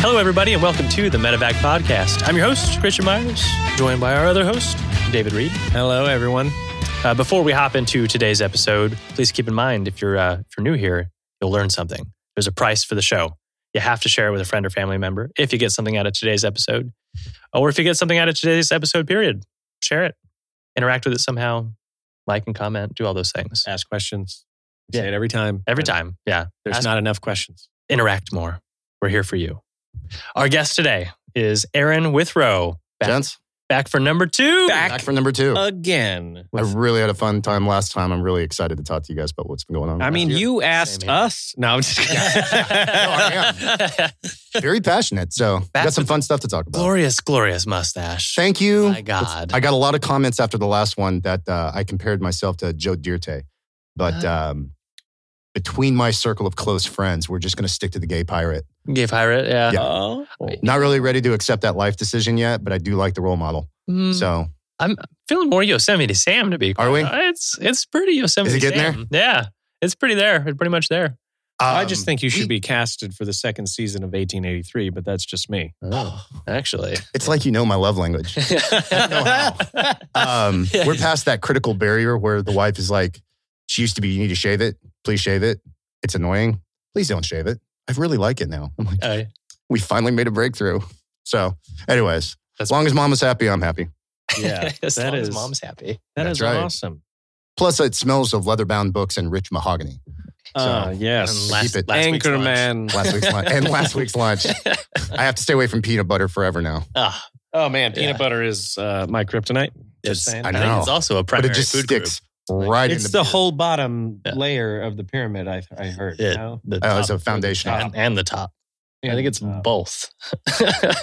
Hello, everybody, and welcome to the Medevac Podcast. I'm your host, Christian Myers, joined by our other host, David Reed. Hello, everyone. Uh, before we hop into today's episode, please keep in mind if you're uh, if you're new here, you'll learn something. There's a price for the show. You have to share it with a friend or family member if you get something out of today's episode, or if you get something out of today's episode. Period. Share it. Interact with it somehow. Like and comment. Do all those things Ask questions. We Say Yeah. it every time. every time. Yeah. There's Ask- not enough questions. interact more. We're here for you. Our guest today is Aaron Withrow. Back, Gents, back for number two. Back. back for number two. Again. I really had a fun time last time. I'm really excited to talk to you guys about what's been going on. I mean, you asked here. us. No, I'm just I very passionate. So we got That's some what- fun stuff to talk about. glorious, glorious mustache. Thank you. Oh My God. I got a lot of comments after the last one that uh, I compared myself to Joe Dirte, but um, between my circle of close friends, we're just going to stick to the gay pirate. Gay pirate, yeah. Oh. Not really ready to accept that life decision yet, but I do like the role model. Mm, So feeling more Yosemite Sam to be. Are we? It's it's pretty Yosemite. Is it getting Sam. Yeah, it's pretty there. It's pretty much there. I um, just think you should we- be casted for the second season of 1883, but that's just me. Actually, It's like you know my love language. um, we're past that critical barrier where the wife is like, she used to be, you need to shave it. Please shave it. It's annoying. Please don't shave it. I really like it now. I'm like, Uh, we finally made a breakthrough. So, anyways, That's- as long as mom is happy, I'm happy. Yeah, as that long as is- mom's happy. That That's is right. awesome. Plus, it smells of leather bound books and rich mahogany. Ah, yes. And last, keep it. last week's lunch. Anchorman. Last week's lunch. And last week's lunch. I have to stay away from peanut butter forever now. Ah, Oh, man. Peanut Yeah. butter is uh, my kryptonite. it's, Just saying. I I think know. it's also a But primary it just food sticks Like, right in It's the, the beer. whole bottom Yeah. layer of the pyramid, I, I heard. Yeah. you know? uh, group. The Oh, it's top a foundation. and, and the top. I think it's um, both.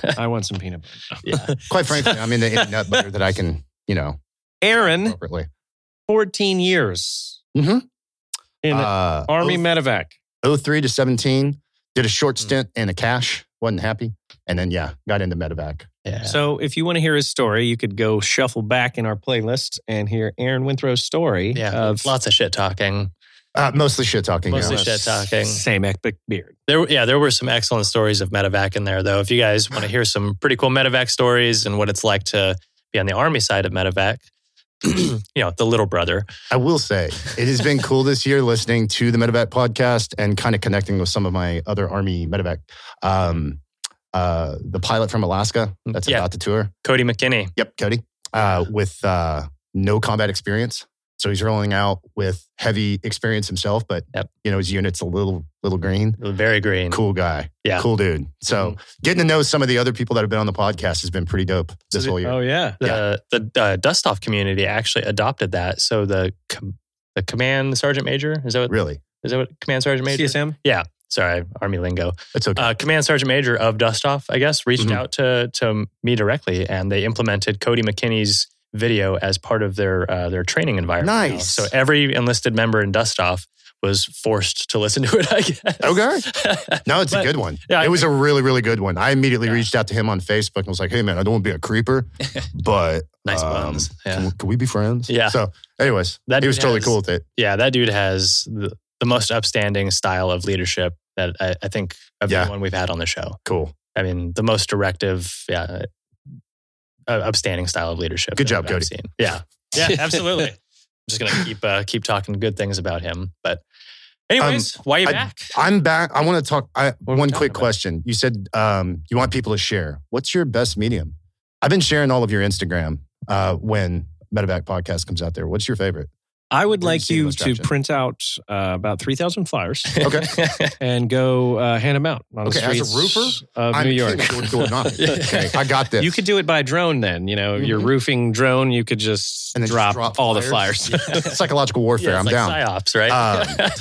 I want some peanut butter. yeah. Quite frankly, I'm into any nut butter that I can, you know, Aaron, appropriately. 14 years Mhm. in Uh, Army Mm. oh, medevac. 03 to 17, did a short Hmm. stint in a cache, wasn't happy. And then, yeah, got into medevac. Yeah. So if you want to hear his story, you could go shuffle back in our playlist and hear Aaron Winthrop's story yeah. of lots of shit talking. Uh, mostly shit talking. Mostly yeah. shit talking. Same epic beard. There, yeah, there were some excellent stories of medevac in there, though. If you guys want to hear some pretty cool medevac stories and what it's like to be on the army side of medevac, you know, the little brother. I will say, it has been cool this year listening to the medevac podcast and kind of connecting with some of my other Army medevac. Um, uh, the pilot from Alaska that's Yeah. about to tour. Cody McKinney. Yep, Cody. Uh, with uh, no combat experience. So he's rolling out with heavy experience himself, but Yep. you know his unit's a little little green. Very green. Cool guy, Yeah. Mm-hmm. cool dude. So getting to know some of the other people that have been on the podcast has been pretty dope this So whole year. Oh yeah. The, the uh, dust off community actually adopted that. So the com- the command sergeant major is that what really, is that what command sergeant major? Um, CSM. Sorry, army lingo. it's okay. Uh, command sergeant major of Dust Off, I guess, reached Mhm. out to to me directly, and they implemented Cody McKinney's video as part of their uh, their training environment. now. Nice. So every enlisted member in Dust Off was forced to listen to it. I guess. Okay. No, it's But- a good one. yeah, I it was a really, really good one. I immediately Yeah. reached out to him on Facebook and was like, "Hey, man, I don't want to be a creeper, but nice um, buns. Can, Yeah. we- can we be friends?" Yeah. So, anyways, That he was dude totally has- cool with it. yeah, that dude has the, the most upstanding style of leadership that I, I think of Yeah. anyone we've had on the show. Cool. I mean, the most directive, yeah, uh, upstanding style of leadership. Good that job, I've Cody. seen. Yeah, yeah, absolutely. I'm just gonna keep uh, keep talking good things about him. But, anyways, why are you I- back? I'm back. I want to talk. I, are we one talking quick about? question. You said um, you want people to share. What's your best medium? I've been sharing all of your Instagram uh, when Medevac podcast comes out there. What's your favorite? I would Where do you like see the you most to traction? print out uh, about three thousand flyers Okay. and go uh, hand them out on Okay, the as a streets roofer, of I'm New York. king of door-to-door knocking. Yeah. okay, I got this. You could do it by drone then. You know, your Mhm. roofing drone, you could just And then just drop, drop all flyers. the flyers. psychological warfare. Yeah, it's I'm like down. Uh, Um, Psyops, right?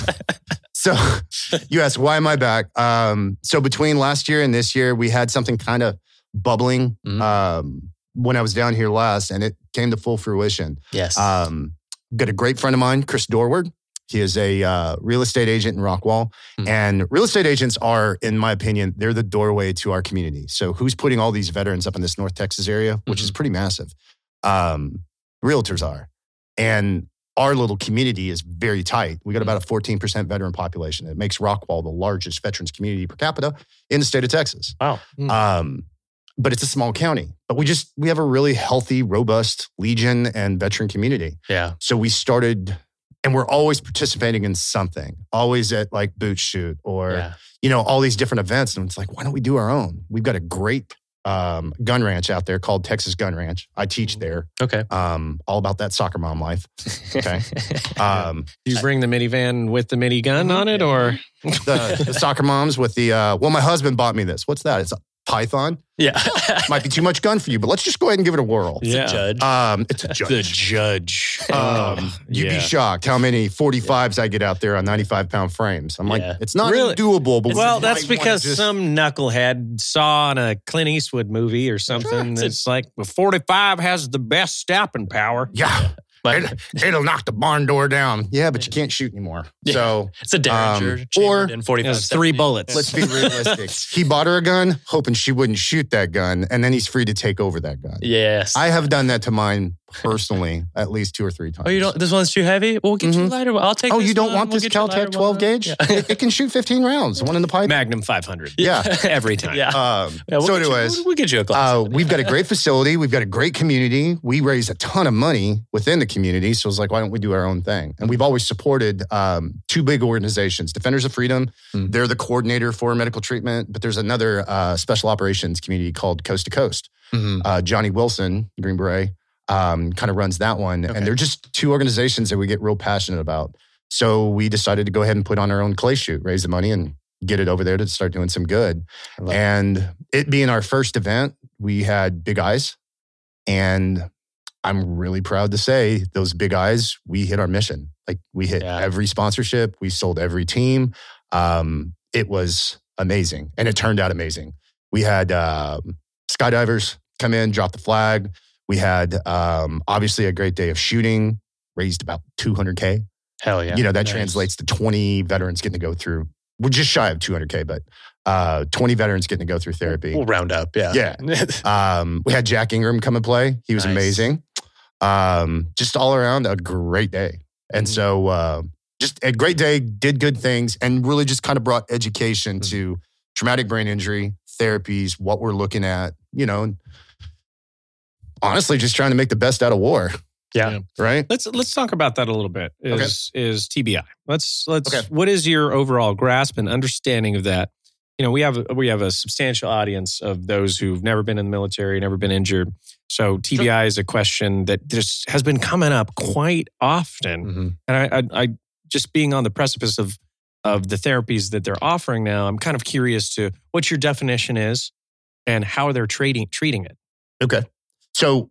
So you asked, why am I back? Um, so between last year and this year, we had something kind of bubbling Mhm. um, when I was down here last, and it came to full fruition. yes. Um, got a great friend of mine, Chris Dorward. He is a uh, real estate agent in Rockwall. Mhm. And real estate agents are, in my opinion, they're the doorway to our community. So who's putting all these veterans up in this North Texas area, which is pretty massive? Um, realtors are. And our little community is very tight. We got about a 14% veteran population. It makes Rockwall the largest veterans community per capita in the state of Texas. Wow. Hmm. Um, but it's a small county. But we just we have a really healthy, robust Legion and veteran community. Yeah. So we started, and we're always participating in something, always at like boot shoot or yeah. you know all these different events. And it's like, why don't we do our own? We've got a great um, gun ranch out there called Texas Gun Ranch. I teach there, Okay. um, all about that soccer mom life. Okay. Um, Do you bring the minivan with the mini gun on it, or the, the soccer moms with the uh, well, my husband bought me this. What's that? It's a python. Yeah. Might be too much gun for you, but let's just go ahead and give it a whirl. The Yeah. judge. Um, it's a The judge. judge. Um, you'd yeah. be shocked how many 45s I get out there on 95 pound frames. I'm like, Yeah. it's not Really? doable. But well, we that's might wanna because just- some knucklehead saw in a Clint Eastwood movie or something Sure. that's like "Well, 45 has the best stopping power. yeah, But it, it'll knock the barn door down. Yeah, but you can't shoot anymore. Yeah. So it's a Derringer. Um, chambered or- in 45 It was three Stephanie. bullets. let's be realistic. he bought her a gun, hoping she wouldn't shoot that gun, and then he's free to take over that gun. Yes. I have done that to mine personally at least two or three times. Oh, you don't. This one's too heavy. Well, we'll get you a Mhm. lighter one. I'll take. Oh, this you don't one. want We'll this get you a lighter Caltech 12 one. gauge? It, it can shoot 15 rounds. One in the pipe. Magnum 500 Yeah. every time. Yeah. Um, Yeah, we'll so, get you- anyways, we'll, we'll get you a glass. Uh, we've got a great facility. We've got a great community. We raise a ton of money within the community. So it's like, why don't we do our own thing? And we've always supported um, two big organizations Defenders of Freedom. Mm. They're the coordinator for medical treatment, but there's another uh, special operations community called Coast to Coast. Mhm. Uh, Johnny Wilson, Green Beret, um, kind of runs that one. Okay. And they're just two organizations that we get real passionate about. So we decided to go ahead and put on our own clay shoot, raise the money, and get it over there to start doing some good. I love it. And it being our first event, we had big eyes. And I'm really proud to say those big eyes, we hit our mission. Like we hit Yeah. every sponsorship, we sold every team. Um, it was amazing. And it turned out amazing. We had um skydivers come in, drop the flag. We had um, obviously a great day of shooting, raised about 200K Hell yeah. you know that Nice. translates to 20 veterans getting to go through we're just shy of 200k but uh, 20 veterans getting to go Oh, through therapy We'll round up. Yeah. Yeah. um, we had jack ingram come and play he was Nice. amazing um, just all around a great day and Mhm. so uh, just a great day did good things and really just kind of brought education Mhm. to traumatic brain injury therapies what we're looking at you know and honestly just trying to make the best out of war Yeah. right Let's let's talk about that a little bit. Is is TBI? Let's let's. Okay. What is your overall grasp and understanding of that? You know, we have we have a substantial audience of those who've never been in the military, never been injured. So TBI is a question that just has been coming up quite often. Mhm. And I, I, I just being on the precipice of of the therapies that they're offering now, I'm kind of curious to what your definition is and how they're treating treating it. Okay. So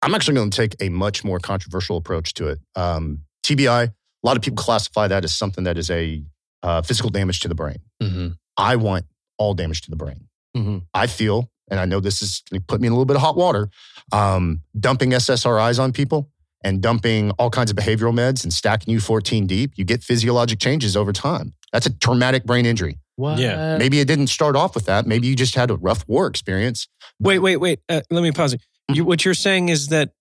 I'm actually going to take a much more controversial approach to it. Um, TBI, a lot of people classify that as something that is a uh, physical damage to the brain. Mhm. I want all damage to the brain. Mhm. I feel, and I know this is going to put me in a little bit of hot water, um, dumping SSRIs on people and dumping all kinds of behavioral meds and stacking you 14 deep, you get physiologic changes over time. That's a traumatic brain injury. What? Yeah. Maybe it didn't start off with that. Maybe you just had a rough war experience. Wait, wait, wait. Uh, let me pause it. Hmm. You, what you're saying is that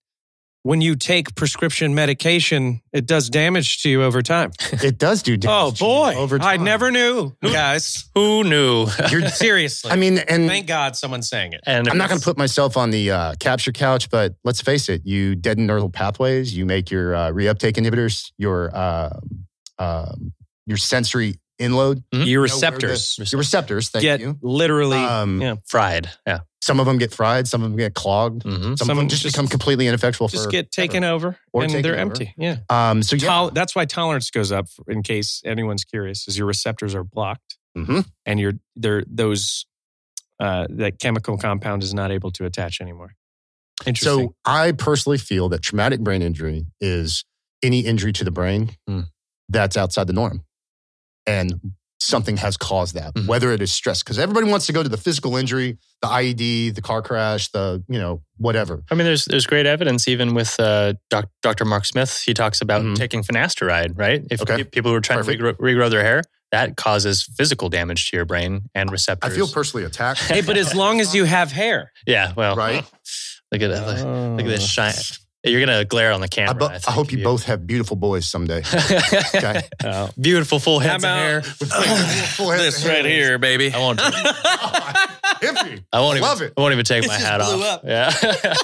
when you take prescription medication, it does damage to you over time. It does do oh damage. to you boy, over I time. never knew, guys. Who knew? You're Seriously, I mean, and thank God someone's saying it. and I'm not going to put myself on the uh, capture couch, but let's face it: you deaden neural pathways, you make your uh, reuptake inhibitors, your uh, um, your sensory inload, You Your Hmm? know, where the- receptors your receptors. Thank get you. literally. Um, yeah. fried. Yeah. Some of them get fried, some of them get clogged, Mm-hmm. some, Some of them just, just- become completely ineffectual. just for, get taken over Or and taken they're over. empty. Yeah. Um, so yeah, Tol- that's why tolerance goes up for- in case anyone's curious is your receptors are blocked Mhm. and your they're those uh, that chemical compound is not able to attach anymore. Interesting. So I personally feel that traumatic brain injury is any injury to the brain Hmm. Mm. that's outside the norm. And something has caused that, Hmm. Mhm. whether it is stress, because everybody wants to go to the physical injury, the IED, the car crash, the, you know, whatever. I mean, there's there's great evidence even with uh, doc, Dr. Mark Smith. He talks about Mhm. taking finasteride, right? If Okay. pe- people who are trying Perfect. to regrow, regrow their hair, that causes physical damage to your brain and receptors. I feel personally attacked. hey, but as long as you have hair, yeah. Well, Right. Oh. Uh. Look at that. Look, look at this shine. You're gonna glare on the I, camera. bo- think, I hope you if both have beautiful boys someday. Okay. Oh. Beautiful full heads of I'm out. hair. With full- full heads this of hair. right here, baby. I won't. Hippie. I won't even. Love it. I won't even take It my just hat blew off. up. Yeah.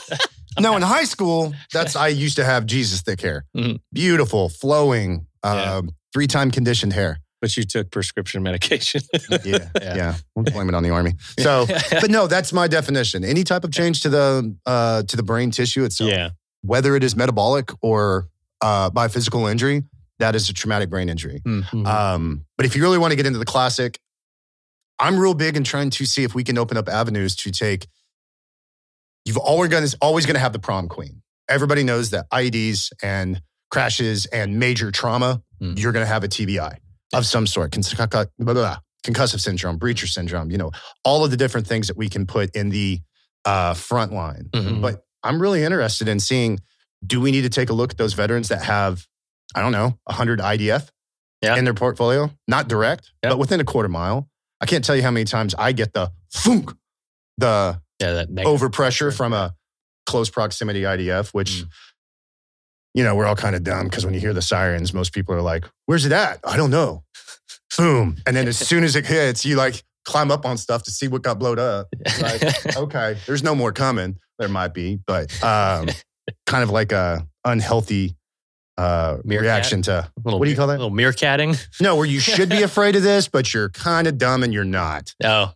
No, in high school, that's I used to have Jesus thick hair. Mhm. Beautiful, flowing, um, Hmm. Yeah. three time conditioned hair. But you took prescription medication. Yeah, Yeah. yeah. We'll blame it on the army. So, but no, that's my definition. Any type of change to the uh, to the brain tissue itself, yeah. whether it is metabolic or uh, by physical injury, that is a traumatic brain injury. Mhm. Um, but if you really want to get into the classic, I'm real big in trying to see if we can open up avenues to take. You've always going to always going to have the prom queen. Everybody knows that IEDs and crashes and major trauma, Mm. you're going to have a TBI of some sort, con- con- con- blah, blah, blah, concussive syndrome, breacher syndrome. You know all of the different things that we can put in the uh, front line. Mhm. But I'm really interested in seeing do we need to take a look at those veterans that have, I don't know, 100 IDF Yeah. in their portfolio? Not direct, Yeah. but within a quarter mile. I can't tell you how many times I get the funk, the yeah. That negative. Oh, overpressure from a close proximity IDF, which, you know, we're all kind of dumb because when you hear the sirens, most people are like, where's it at? I don't know. Boom. And then as soon as it hits, you like climb up on stuff to see what got blowed up like, okay, there's no more coming. There might be, but um, kind of like a unhealthy uh, Meerkat? reaction to Little what do you call that? Little meerkatting. no, where you should be afraid of this, but you're kind of dumb and you're not. Oh,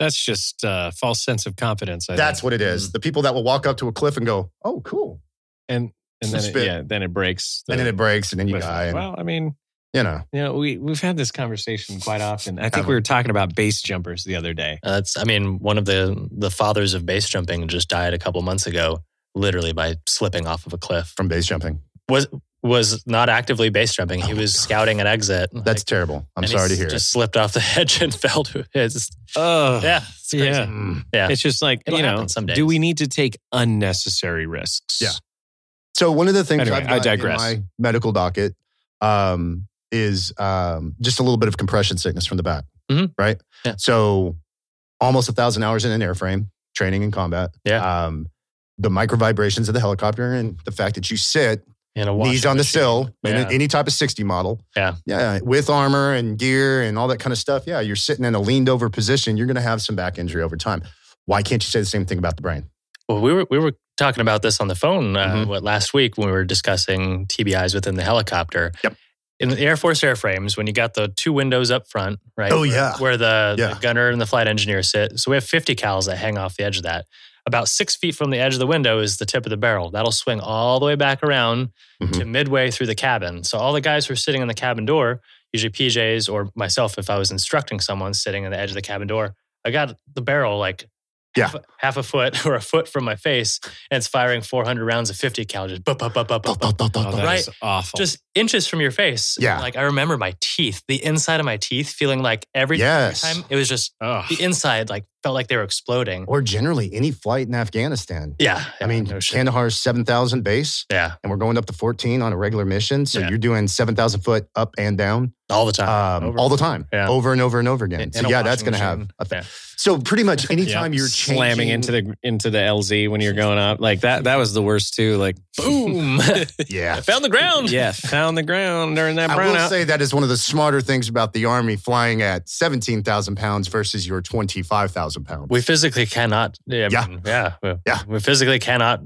That's just uh, false sense of confidence. I That's think. what it is. The people that will walk up to a cliff and go, "Oh, cool," and and then it, Spit. yeah, then it breaks. the- and then it breaks, and then you with- die. And, well, I mean, you know, you know, we we've had this conversation quite often. I think we were talking about base jumpers the other day. Uh, That's, I mean, one of the the fathers of base jumping just died a couple months ago, literally by slipping off of a cliff. from base jumping, Was was not actively base jumping. Oh He my was God. scouting an exit. that's Like, terrible. I'm and sorry to he hear. Just slipped off the hedge and fell to his. Oh, Yeah, it's crazy. it. yeah. Mm. It's just like It'll you know, happen some days. do we need to take unnecessary risks? Yeah. So one of the things Anyway, I've I got digress. in my medical docket um, is um, just a little bit of compression sickness from the back, Mhm. right? Yeah. So almost a thousand hours in an airframe training in combat. Yeah. Um, the micro vibrations of the helicopter and the fact that you sit In a knees washing on the machine. sill in Yeah. any type of 60 model. Yeah. Yeah. With armor and gear and all that kind of stuff. Yeah. You're sitting in a leaned over position. You're going to have some back injury over time. Why can't you say the same thing about the brain? Well, we were we were talking about this on the phone uh, Mhm. what last week when we were discussing TBIs within the helicopter. Yep. In the Air Force airframes, when you got the two windows up front, right? Oh, where- yeah. where the, Yeah. the gunner and the flight engineer sit. So we have 50 cals that hang off the edge of that. About six feet from the edge of the window is the tip of the barrel. That'll swing all the way back around Mm-hmm. to midway through the cabin. So all the guys who are sitting in the cabin door, usually PJs or myself, if I was instructing someone sitting in the edge of the cabin door, I got the barrel like Yeah. half, half a foot or a foot from my face, and it's firing 400 rounds of 50 cal, just bup, bup, bup, bup, bup, bup, Oh, that Right. is awful. just inches from your face. Yeah. Like I remember my teeth, the inside of my teeth feeling like every Yes. time it was just Ugh. the inside like felt like they were exploding. or generally any flight in Afghanistan. Yeah. I mean, no shit. Kandahar's 7,000 base, yeah. and we're going up to 14 on a regular mission. So Yeah. you're doing 7,000 foot up and down All the time. um, Over- all the time, Yeah. over and over and over again. In- so in a yeah, that's washing going to have machine. a fa- Yeah. So pretty much anytime Yeah. you're changing, slamming into the into the LZ when you're going up, like that. That was the worst too. Like boom. yeah. I found the ground. yeah, found the ground during that I will brownout. say that is one of the smarter things about the army flying at 17,000 pounds versus your 25,000 pounds. We physically cannot. Yeah. I Yeah. mean, yeah. We, Yeah. We physically cannot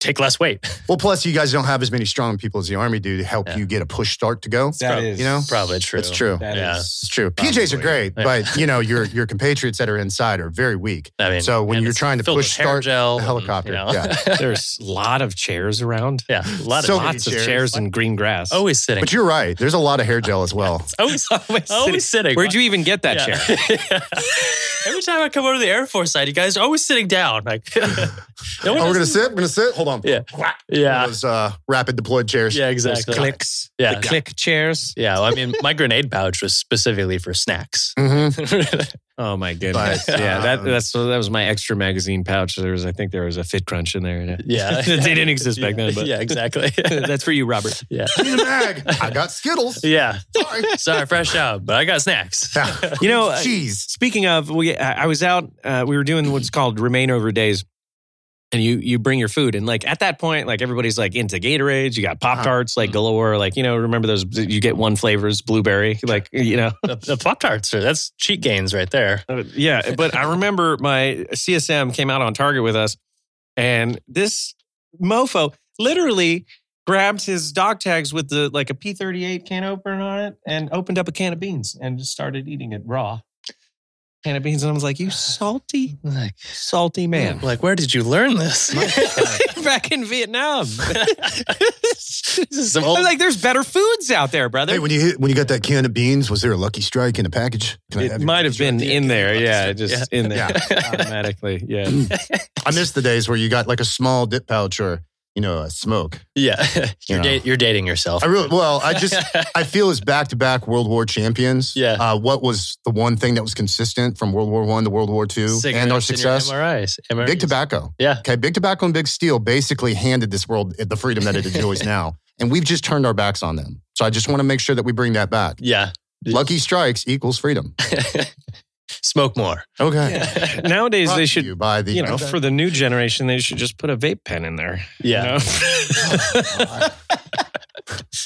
take less weight. Well, plus you guys don't have as many strong people as the army do to help Yeah. you get a push start to go. prob- is you know, Probably true. It's true. that Yeah. It's is- true. PJs are Probably. great, Yeah. but you know your your compatriots that are inside are very weak. I mean, So when and you're it's trying to filled with push hair start gel the and, helicopter, you know. There's a lot of chairs around. yeah, a lot So of many Lots of chairs. chairs and green grass. always sitting, But you're right. There's a lot of hair gel as well. always, always, always sitting. Where'd you even get that Yeah. chair? Every time I come over to the Air Force side, you guys are always sitting down. Like, no Oh, one we're gonna does- sit. We're gonna sit. Hold on. Yeah. One of yeah, Those uh, rapid deployed chairs. yeah, Those exactly. clicks. Yeah, The click chairs. yeah. well, I mean, my grenade pouch was specifically for snacks. hmm Oh my goodness! But, yeah, that um, that's that was my extra magazine pouch. There was, I think, there was a Fit Crunch in there. yeah, they didn't exist back then. But yeah, exactly. that's for you, Robert. yeah, Need a mag. I got Skittles. yeah. Sorry. Sorry, fresh out, but I got snacks. You know, uh, Jeez. Speaking of, we I I was out. Uh, we were doing what's called remain over days, and you you bring your food and like at that point like everybody's like into Gatorades you got Pop Tarts like Mhm. galore like you know remember those you get one flavors blueberry like you know the, the Pop Tarts, that's cheat gains right there. Uh, yeah, but I remember my CSM came out on Target with us, and this mofo literally grabbed his dog tags with the like a P thirty eight can opener on it, and opened up a can of beans and just started eating it raw. Can of beans, and I was like, "You salty, Like, salty man." like where did you learn this? Back in Vietnam, this is some I was old like, "There's better foods out there, brother." Hey, when you hit, when you got that can of beans, was there a Lucky Strike in a package? Can I it your might have Lucky been Strike? in there, yeah, Yeah. just in there automatically, yeah. I miss the days where you got like a small dip pouch or you know a smoke. Yeah. You're, You know. da- you're dating yourself. I really well, I just I feel as back to back World War champions. Yeah. Uh, what was the one thing that was consistent from World War One to World War Two and our Cigarettes success? in your MRIs. MRIs. Big tobacco. Yeah. Okay. Big tobacco and big steel basically handed this world the freedom that it enjoys now, and we've just turned our backs on them. So I just want to make sure that we bring that back. Yeah. Lucky strikes equals freedom. Smoke more. Okay. Yeah. Nowadays, Brought they to should you by the you know, for the new generation, they should just put a vape pen in there. you know?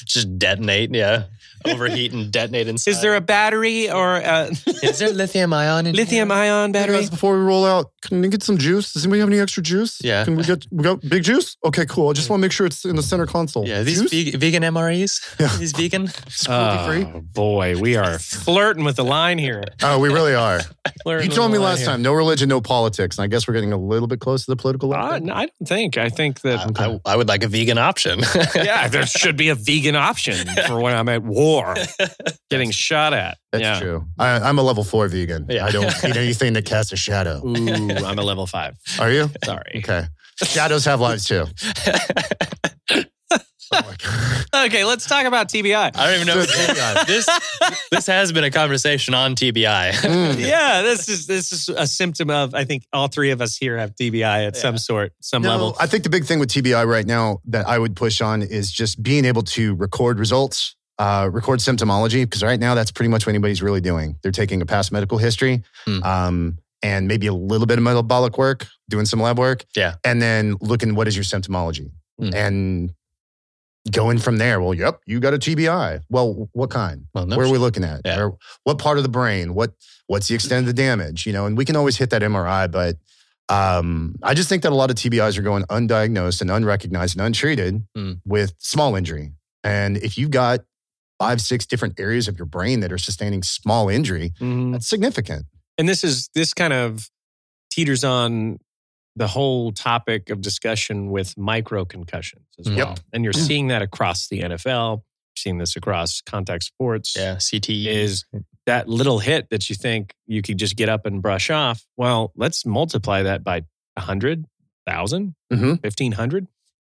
Just detonate. Yeah. Overheat and detonate inside. Is there a battery or a Is there lithium ion in lithium ion Hey battery? guys, before we roll out, can we get some juice? Does anybody have any extra juice? Yeah. Can we get we got big juice? Okay, cool. I just want to make sure it's in the center console. Yeah, these Juice? veg- vegan MREs. Yeah. These vegan. It's cruelty-free. Oh boy, we are flirting with the line here. Uh, Oh, we really are. Flirting You with told the me line last here. time, no religion, no politics. And I guess we're getting a little bit close to the political Uh, line. no, I don't think. I think that. uh, I, I would like a vegan option. yeah, there should be a vegan option for when I'm at war, getting shot at. That's yeah. true. I, I'm a level four vegan. Yeah. I don't eat anything that casts a shadow. Ooh, I'm a level five. Are you? Sorry. Okay. Shadows have lives too. Oh my God. Okay, let's talk about TBI. I don't even know. So, TBI. this this has been a conversation on TBI. Mm. Yeah, this is this is a symptom of. I think all three of us here have TBI at some sort, some level. I think the big thing with TBI right now that I would push on is just being able to record results, uh, record symptomology, because right now that's pretty much what anybody's really doing. They're taking a past medical history Hmm. um, and maybe a little bit of metabolic work, doing some lab work. Yeah. And then looking what is your symptomology Hmm. and going from there. Well, yep, you got a TBI. Well, what kind? Well, no Where are shit. we looking at? Yeah. Or what part of the brain? What what's the extent of the damage? You know, and we can always hit that MRI, but um, I just think that a lot of TBIs are going undiagnosed and unrecognized and untreated Mm. with small injury. And if you've got five, six different areas of your brain that are sustaining small injury, that's significant. and this is this kind of teeters on the whole topic of discussion with micro concussions as Yep. well. And you're Yeah. seeing that across the NFL, seeing this across contact sports. Yeah, E. CTE Is that little hit that you think you could just get up and brush off? Well, let's multiply that by 100, 1,000, Mhm. 1,500.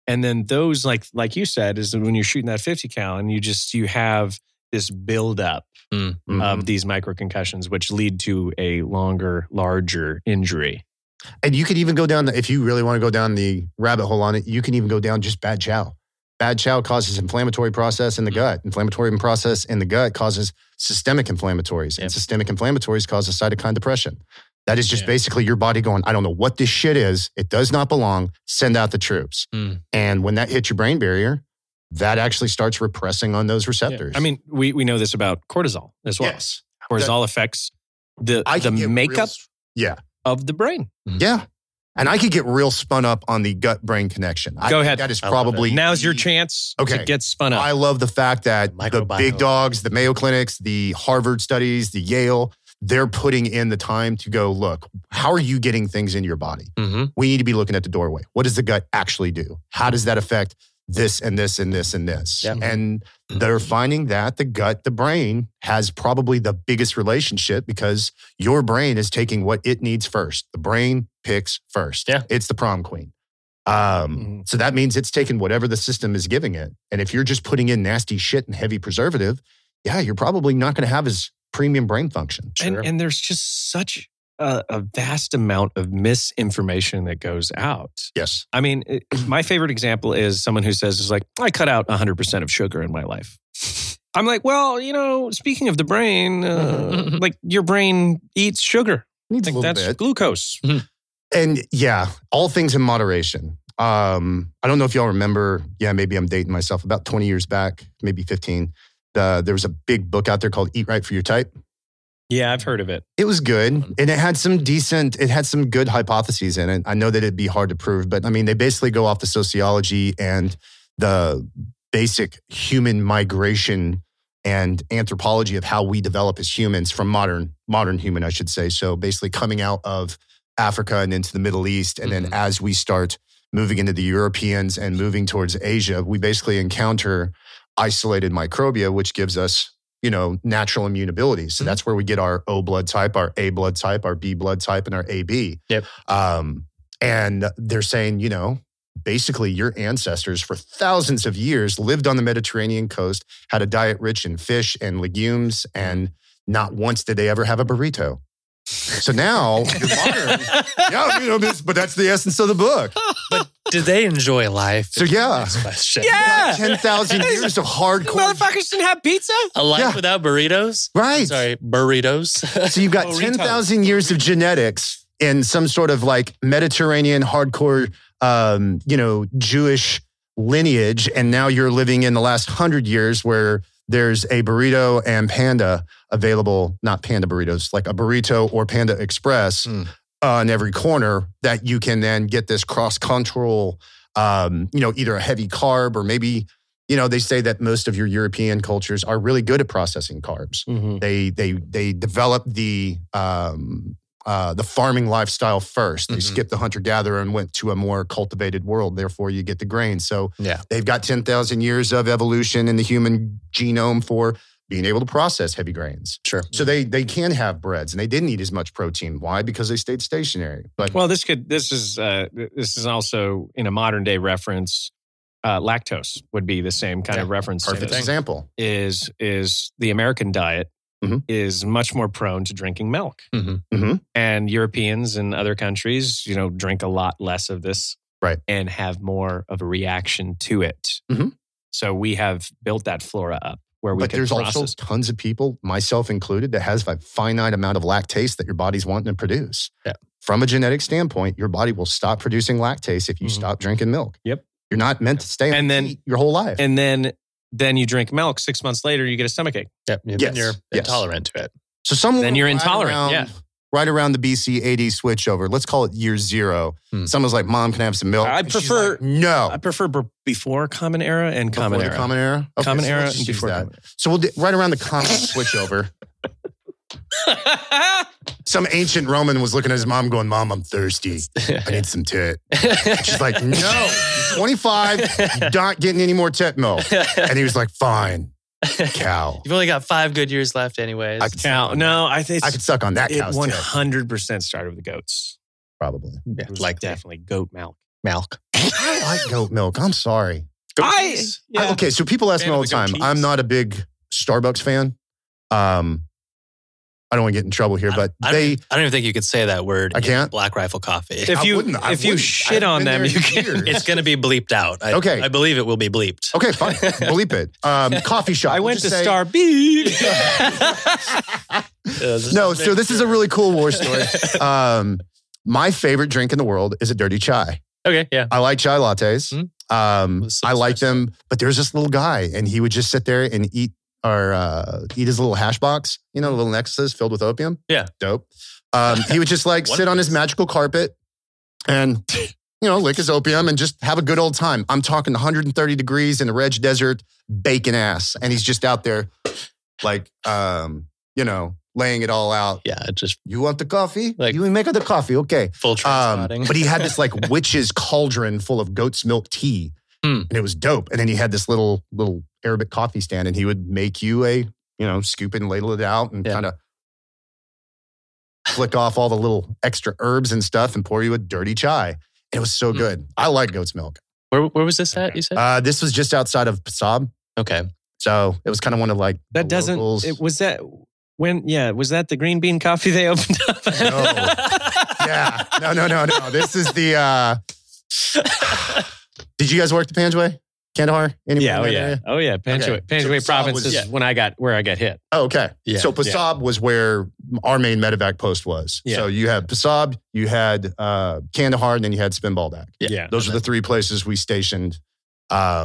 And then those, like like you said, is when you're shooting that 50 cal and you just, you have this buildup Mm-hmm. of these micro concussions, which lead to a longer, larger injury. And you could even go down, the, if you really want to go down the rabbit hole on it, you can even go down just bad chow. Bad chow causes inflammatory process Mm. in the gut. Inflammatory process in the gut causes systemic inflammatories, Yep. and systemic inflammatories causes cytokine depression. That is just Yeah. basically your body going, I don't know what this shit is. It does not belong. Send out the troops. Mm. And when that hits your brain barrier, that actually starts repressing on those receptors. I mean, we, we know this about cortisol as well. yes. Cortisol affects the the can get real- makeup yeah. of the brain. Yeah. And I could get real spun up on the gut brain connection. I Go think ahead. That is I love it. probably Now's your the- chance to Okay. get spun up. I love the fact that the Microbiome. big dogs, the Mayo Clinics, the Harvard studies, the Yale, they're putting in the time to go look, how are you getting things into your body? Mhm. We need to be looking at the doorway. What does the gut actually do? How does that affect this and this and this and this? Yeah. And they're finding that the gut, the brain has probably the biggest relationship because your brain is taking what it needs first. The brain picks first. Yeah. It's the prom queen. Um, Mhm. So that means it's taking whatever the system is giving it. And if you're just putting in nasty shit and heavy preservative, yeah, you're probably not going to have as premium brain function. and, Sure. and there's just such a, a vast amount of misinformation that goes out. Yes. I mean, it, my favorite example is someone who says, "Is like I cut out 100 percent of sugar in my life." I'm like, well, you know, speaking of the brain, uh, like your brain eats sugar. Needs Like that's glucose. and yeah, all things in moderation. Um, I don't know if y'all remember. Yeah, maybe I'm dating myself. About 20 years back, maybe 15, the, there was a big book out there called "Eat Right for Your Type." Yeah, I've heard of it. It was good, and it had some decent. It had some good hypotheses in it. I know that it'd be hard to prove, but I mean, they basically go off the sociology and the basic human migration and anthropology of how we develop as humans from modern modern human, I should say. So basically, coming out of Africa and into the Middle East, and Mhm. then as we start moving into the Europeans and moving towards Asia, we basically encounter isolated microbia, which gives us you know natural immune ability. So Mhm. that's where we get our O blood type, our A blood type, our B blood type, and our AB. Yep. Um, and they're saying, you know, basically your ancestors for thousands of years lived on the Mediterranean coast, had a diet rich in fish and legumes, and not once did they ever have a burrito. So now you're modern. yeah, you know, this, but that's the essence of the book. Do they enjoy life? So yeah, Next question. Yeah. ten thousand years of hardcore. Motherfuckers didn't have pizza? A life Yeah. without burritos? Right. Sorry, burritos. So you've got Burritos. 10,000 years of genetics in some sort of like Mediterranean hardcore, um, you know, Jewish lineage. And now you're living in the last 100 years where there's a burrito and panda available, not panda burritos, like a burrito or panda express Mm. on every corner that you can then get this cross control, um, you know, either a heavy carb or maybe, you know, they say that most of your European cultures are really good at processing carbs Mm-hmm. they they they develop the um, uh, the farming lifestyle first. They Mhm. skipped the hunter gatherer and went to a more cultivated world. Therefore, you get the grain. So Yeah. they've got ten thousand years of evolution in the human genome for being able to process heavy grains. sure. So they they can have breads and they didn't eat as much protein. Why? Because they stayed stationary. But Well, this could this is uh, this is also in a modern day reference. Uh, lactose would be the same kind of Yeah, reference. to perfect this. thing. example. Is is the American diet Mhm. is much more prone to drinking milk, Mhm. Mm-hmm. Mhm. and Europeans and other countries, you know, drink a lot less of this, Right. and have more of a reaction to it. Mhm. So we have built that flora up where we But can there's process. also tons of people, myself included, that has a finite amount of lactase that your body's wanting to produce. Yeah. From a genetic standpoint, your body will stop producing lactase if you Mhm. stop drinking milk. Yep. You're not meant to stay on And then- feet your whole life. and then then you drink milk. Six months later, you get a stomach ache. Yep. Then Yes. You're Yes. intolerant to it. so someone then you're right intolerant, around- yeah. Right around the BC 80 switchover, let's call it year zero. Hmm. Someone's like, "Mom, can I have some milk?" I And she's prefer- like, no. I prefer b- before Common Era and Oh. Common Before the Era. common era. Okay, common so Era let's just and use before that. Common Era. So we'll do, right around the common switchover. Some ancient Roman was looking at his mom, going, "Mom, I'm thirsty. I need some tit." She's like, no, you're 25, you're not getting any more tit milk. And he was like, fine, cow. You've only got five good years left, anyways. I could suck Cow. on- No, I think I could suck on that it cow's one tit, hundred percent started with the goats. probably. yeah, It was like that. definitely goat milk. Milk. I like goat milk. I'm sorry. I- yeah. I- okay, so people ask Fan me all of the the goat time. cheese. I'm not a big Starbucks fan. Um, I don't want to get in trouble here, but I don't, they. I don't even think you could say that word. I in can't? Black Rifle Coffee. e-, If you wouldn't- I if you wouldn't. I shit haven't on been them, there you in can. years. it's going to be bleeped out. I, Okay. I believe it will be bleeped. Okay, fine. Bleep it. Um, coffee shop. I We'll went to just say- Star B. Uh, this No, is so this is a really cool war story. Um, my favorite drink in the world is a dirty chai. okay. Yeah. I like chai lattes. Hmm. Um, With some I like spice. them, but there was this little guy, and he would just sit there and eat or uh, eat his little hash box, you know, little nexuses filled with opium. Yeah. dope. Um, he would just like One sit on his piece. magical carpet and you know lick his opium and just have a good old time. I'm talking 130 degrees in the Reg Desert, bacon ass, and he's just out there like um, you know laying it all out. Yeah. it Just You want the coffee? Like- you make the coffee, okay? full Um, transpotting. but he had this like witch's cauldron full of goat's milk tea, Hmm. and it was dope. And then he had this little little Arabic coffee stand, and he would make you a you know scoop it and ladle it out, and Yeah. kind of flick off all the little extra herbs and stuff, and pour you a dirty chai. And it was so Hmm. good. I like goat's milk. where, where was this at? You said? Uh, this was just outside of Pasab, okay. so it was kind of one of like That the doesn't. locals. It was that when yeah was that the green bean coffee they opened up? No. yeah, no, no, no, no. This is the. uh Did you guys work the Panjway? Kandahar? Anywhere yeah, in oh that yeah, area? oh yeah. Panjway, Okay. Panjway So Passau province was- is yeah. when I got where I got hit. Oh, okay. Yeah, so Pasab was where our main medevac post was. Yeah. So you had Pasab, you had uh, Kandahar, and then you had Spinbaldak. Yeah. yeah. Those are the three places we stationed. Because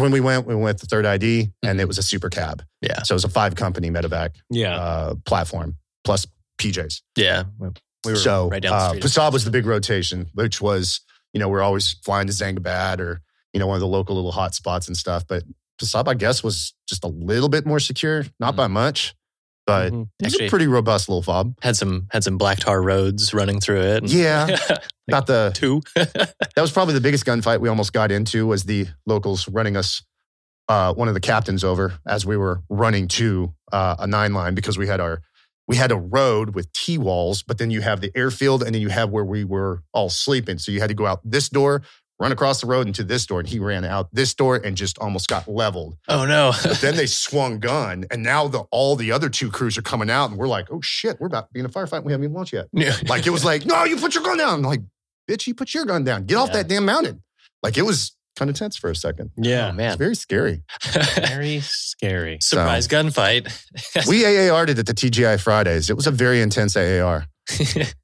when we went, we went the third ID, and it was a super cab. Yeah. So it was a five company medevac Mm-hmm. yeah. uh, platform plus PJs. Yeah. Uh, We we were so right down the uh, street. Pasab was the big rotation, which was you know we're always flying to Zangabad or you know one of the local little hot spots and stuff. But Pasab, I guess, was just a little bit more secure, not Mhm. by much, but it's Mhm. Mm-hmm. Actually- a pretty robust little fob. had some had some black tar roads running through it. and- Yeah, not the two. that was probably the biggest gunfight we almost got into was the locals running us uh, one of the captains over as we were running to uh, a nine line because we had our we had a road with T walls, but then you have the airfield and then you have where we were all sleeping. So you had to go out this door, run across the road into this door, and he ran out this door and just almost got leveled. oh no. But then they swung gun, and now the all the other two crews are coming out, and we're like, oh shit, we're about to be in a firefight. We haven't even launched yet. Yeah. Like it was like, no, you put your gun down. I'm like, bitch, you put your gun down. Get off Yeah. that damn mountain. Like it was kind of tense for a second. Oh, yeah. It's man. very scary. Very scary. Surprise gunfight. we AAR'd it at the TGI Fridays. It was a very intense AAR. did, you guys,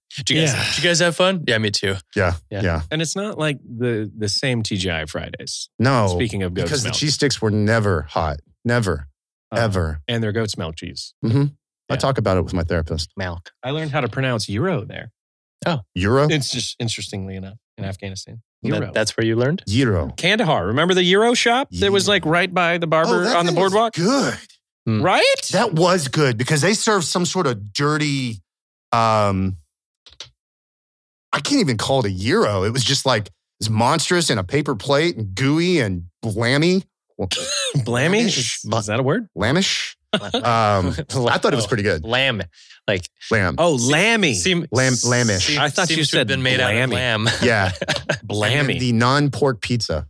Yeah. did you guys have fun? Yeah, me too. Yeah. Yeah. Yeah. And it's not like the the same TGI Fridays. No. Speaking of goat's Oh, because the milk, cheese sticks were never hot. Never, Uh, ever. Mm-hmm. and their goat's milk cheese. I yeah. talk about it with my therapist. Malk. I learned how to pronounce euro there. Euro? It's just interestingly enough in Afghanistan. That- Euro. that's where you learned? Euro. Kandahar. Remember the Euro shop that was like right by the barber Oh, that on the thing was boardwalk? Good. Right? That was good because they serve some sort of dirty. um I can't even call it a gyro. It was just like it's monstrous in a paper plate and gooey and lammy, Blamish? Is that a word? lamish. Um, I thought it was pretty good. Lamb. Like Lamb. Oh, lammy. seem, Lamb- s- lambish. seem- I thought seems you to have said been made out of blammy. lamb. Yeah, And then blammy. the non-pork pizza.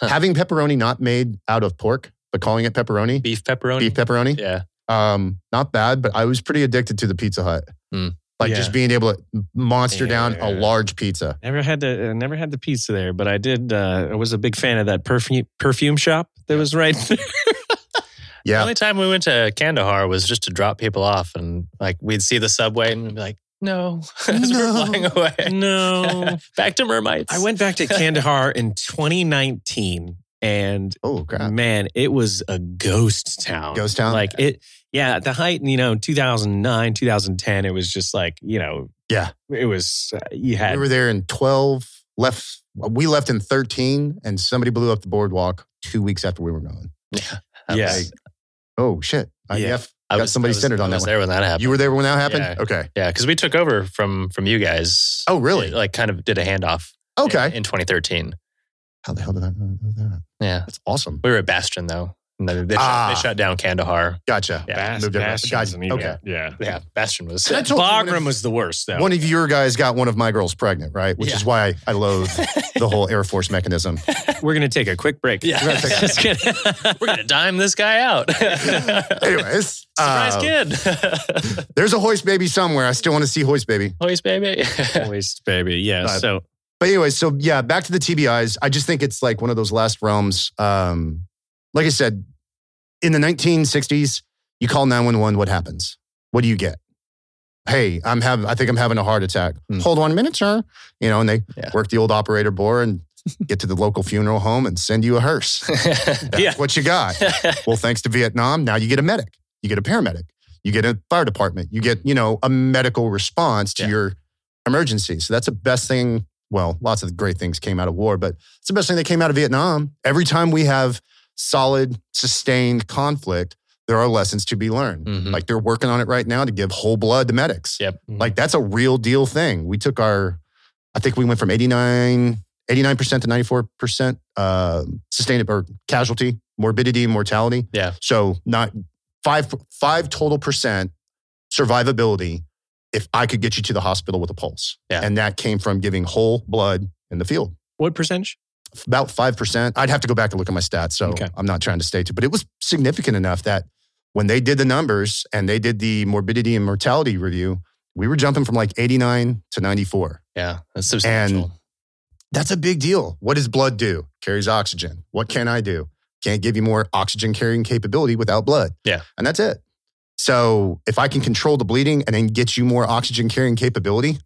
Huh. Having pepperoni not made out of pork, but calling it pepperoni, Beef pepperoni. beef pepperoni. Yeah. Um, not bad, but I was pretty addicted to the Pizza Hut. Mm. Like Yeah. just being able to monster down a Yeah. large pizza. Never had the uh, never had the pizza there, but I did. Uh, I was a big fan of that perfume perfume shop that was right. there. The Yeah. only time we went to Kandahar was just to drop people off and like we'd see the subway and we'd be like, no, as we're No. flying away. no, Back to Mermites. I went back to Kandahar in 2019, and Oh crap. man, it was a ghost town. Ghost town. like it. Yeah, at the height, you know, 2009, 2010, it was just like you know. Yeah. it was. Uh, you had we were there in 12 left we left in 13 and somebody blew up the boardwalk two weeks after we were gone I yeah. was- oh shit Yeah. IDF I got was, somebody I was, centered on I that was one. there when that happened. you were there when that happened Yeah. okay yeah, because we took over from from you guys. oh really Like kind of did a handoff. okay In, in 2013. how the hell did i know that Yeah, that's awesome we were at Bastion though. And then they, Ah. shot, they shot down Kandahar. gotcha Yeah. Bas- Moved everyone. Bastions Guys, and even- okay. E yeah. Yeah, Bastion was. And I told you one Bagram of- was the worst though. one of your guys got one of my girls pregnant right which Yeah. is why i loathe the whole air force mechanism We're gonna take a quick break. Yeah. We're gonna take a- Just kidding. We're gonna dime this guy out. Surprise anyways uh, kid. there's a hoist baby somewhere i still want to see hoist baby Voice baby. Waste, baby. Yeah. Uh, so But anyway, so yeah, back to the TBIs. I just think it's like one of those last realms. Um, like I said, in the 1960s, you call 911, what happens? What do you get? Hey, I'm having. I think I'm having a heart attack. Hmm. Hold on a minute, sir. You know, and they Yeah. work the old operator bore and get to the local funeral home and send you a hearse. That's Yeah. what you got. Well, thanks to Vietnam, now you get a medic, you get a paramedic, you get a fire department, you get, you know, a medical response to Yeah. your emergency. So that's the best thing. Well, lots of great things came out of war, but it's the best thing that came out of Vietnam. Every time we have solid, sustained conflict, there are lessons to be learned. Mhm. Like they're working on it right now to give whole blood to medics. Yep. Mm, Like that's a real deal thing. We took our, I think we went from 89, 89% to 94% uh, sustained or casualty, morbidity, and mortality. Yeah. So not five, five total percent survivability if I could get you to the hospital with a pulse. Yeah. And that came from giving whole blood in the field. what percentage? About 5%. I'd have to go back and look at my stats. So Okay. I'm not trying to stay to, but it was significant enough that when they did the numbers and they did the morbidity and mortality review, we were jumping from like 89 to 94. yeah, that's substantial. That's a big deal. What does blood do? Carries oxygen. What can I do? Can't give you more oxygen carrying capability without blood. Yeah. And that's it. So if I can control the bleeding and then get you more oxygen carrying capability,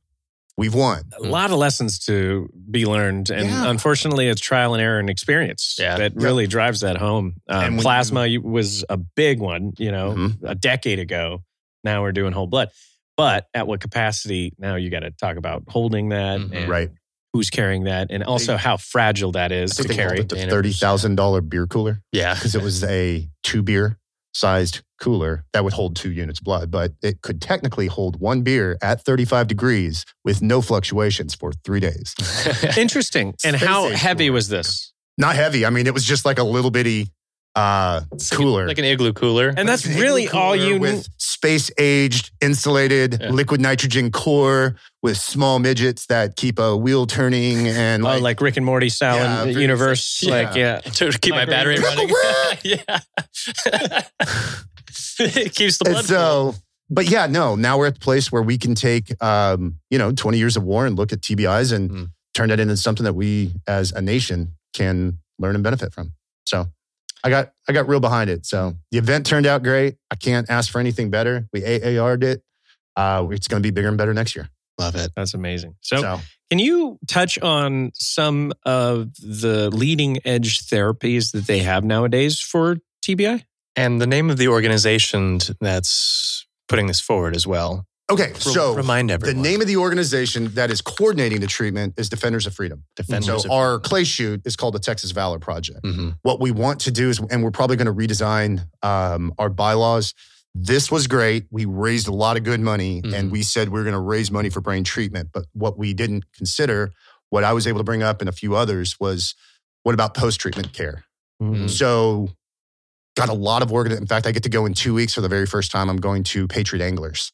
we've won. a lot of lessons to be learned. And Yeah. unfortunately, it's trial and error and experience Yeah. that Yeah. really drives that home. And Um, when plasma you- was a big one, you know, Mm-hmm. a decade ago. Now we're doing whole blood. But at what capacity? Now you got to talk about holding that Mhm. and Right. who's carrying that and also how fragile that is I to think they called carry. it the Dana. $30,000 beer cooler. Yeah. because it was a two beer sized cooler that would hold two units blood, but it could technically hold one beer at 35 degrees with no fluctuations for three days. Interesting. And Space how age heavy cooler. was this? Not heavy. I mean, it was just like a little bitty uh, It's like a- cooler. Like an igloo cooler. And that's It's an igloo really all cooler you with space aged insulated Yeah. liquid nitrogen core with small midgets that keep a wheel turning and Oh, like, like, Rick and Morty style Yeah, in the pretty- universe. yeah. Like, yeah. to keep my battery Microwave. running. Microwave! yeah. it keeps the And blood. flowing. so, but yeah, no, now we're at the place where we can take, um, you know, 20 years of war and look at TBIs and Mm. turn that into something that we as a nation can learn and benefit from. So I got, I got real behind it. So the event turned out great. I can't ask for anything better. We AAR'd it. Uh, it's going to be bigger and better next year. love it. That's amazing. So, So Can you touch on some of the leading edge therapies that they have nowadays for TBI? And the name of the organization that's putting this forward as well. okay, Re- so remind the everyone. name of the organization that is coordinating the treatment is Defenders of Freedom. Defenders so of- our clay shoot is called the Texas Valor Project. Mhm. what we want to do is, and we're probably going to redesign um, our bylaws. This was great. We raised a lot of good money, Mhm. and we said we are going to raise money for brain treatment. But what we didn't consider, what I was able to bring up and a few others, was what about post treatment care? Mm-hmm. Mm. Mhm. So, got a lot of organ. In fact, I get to go in two weeks for the very first time. I'm going to Patriot Anglers,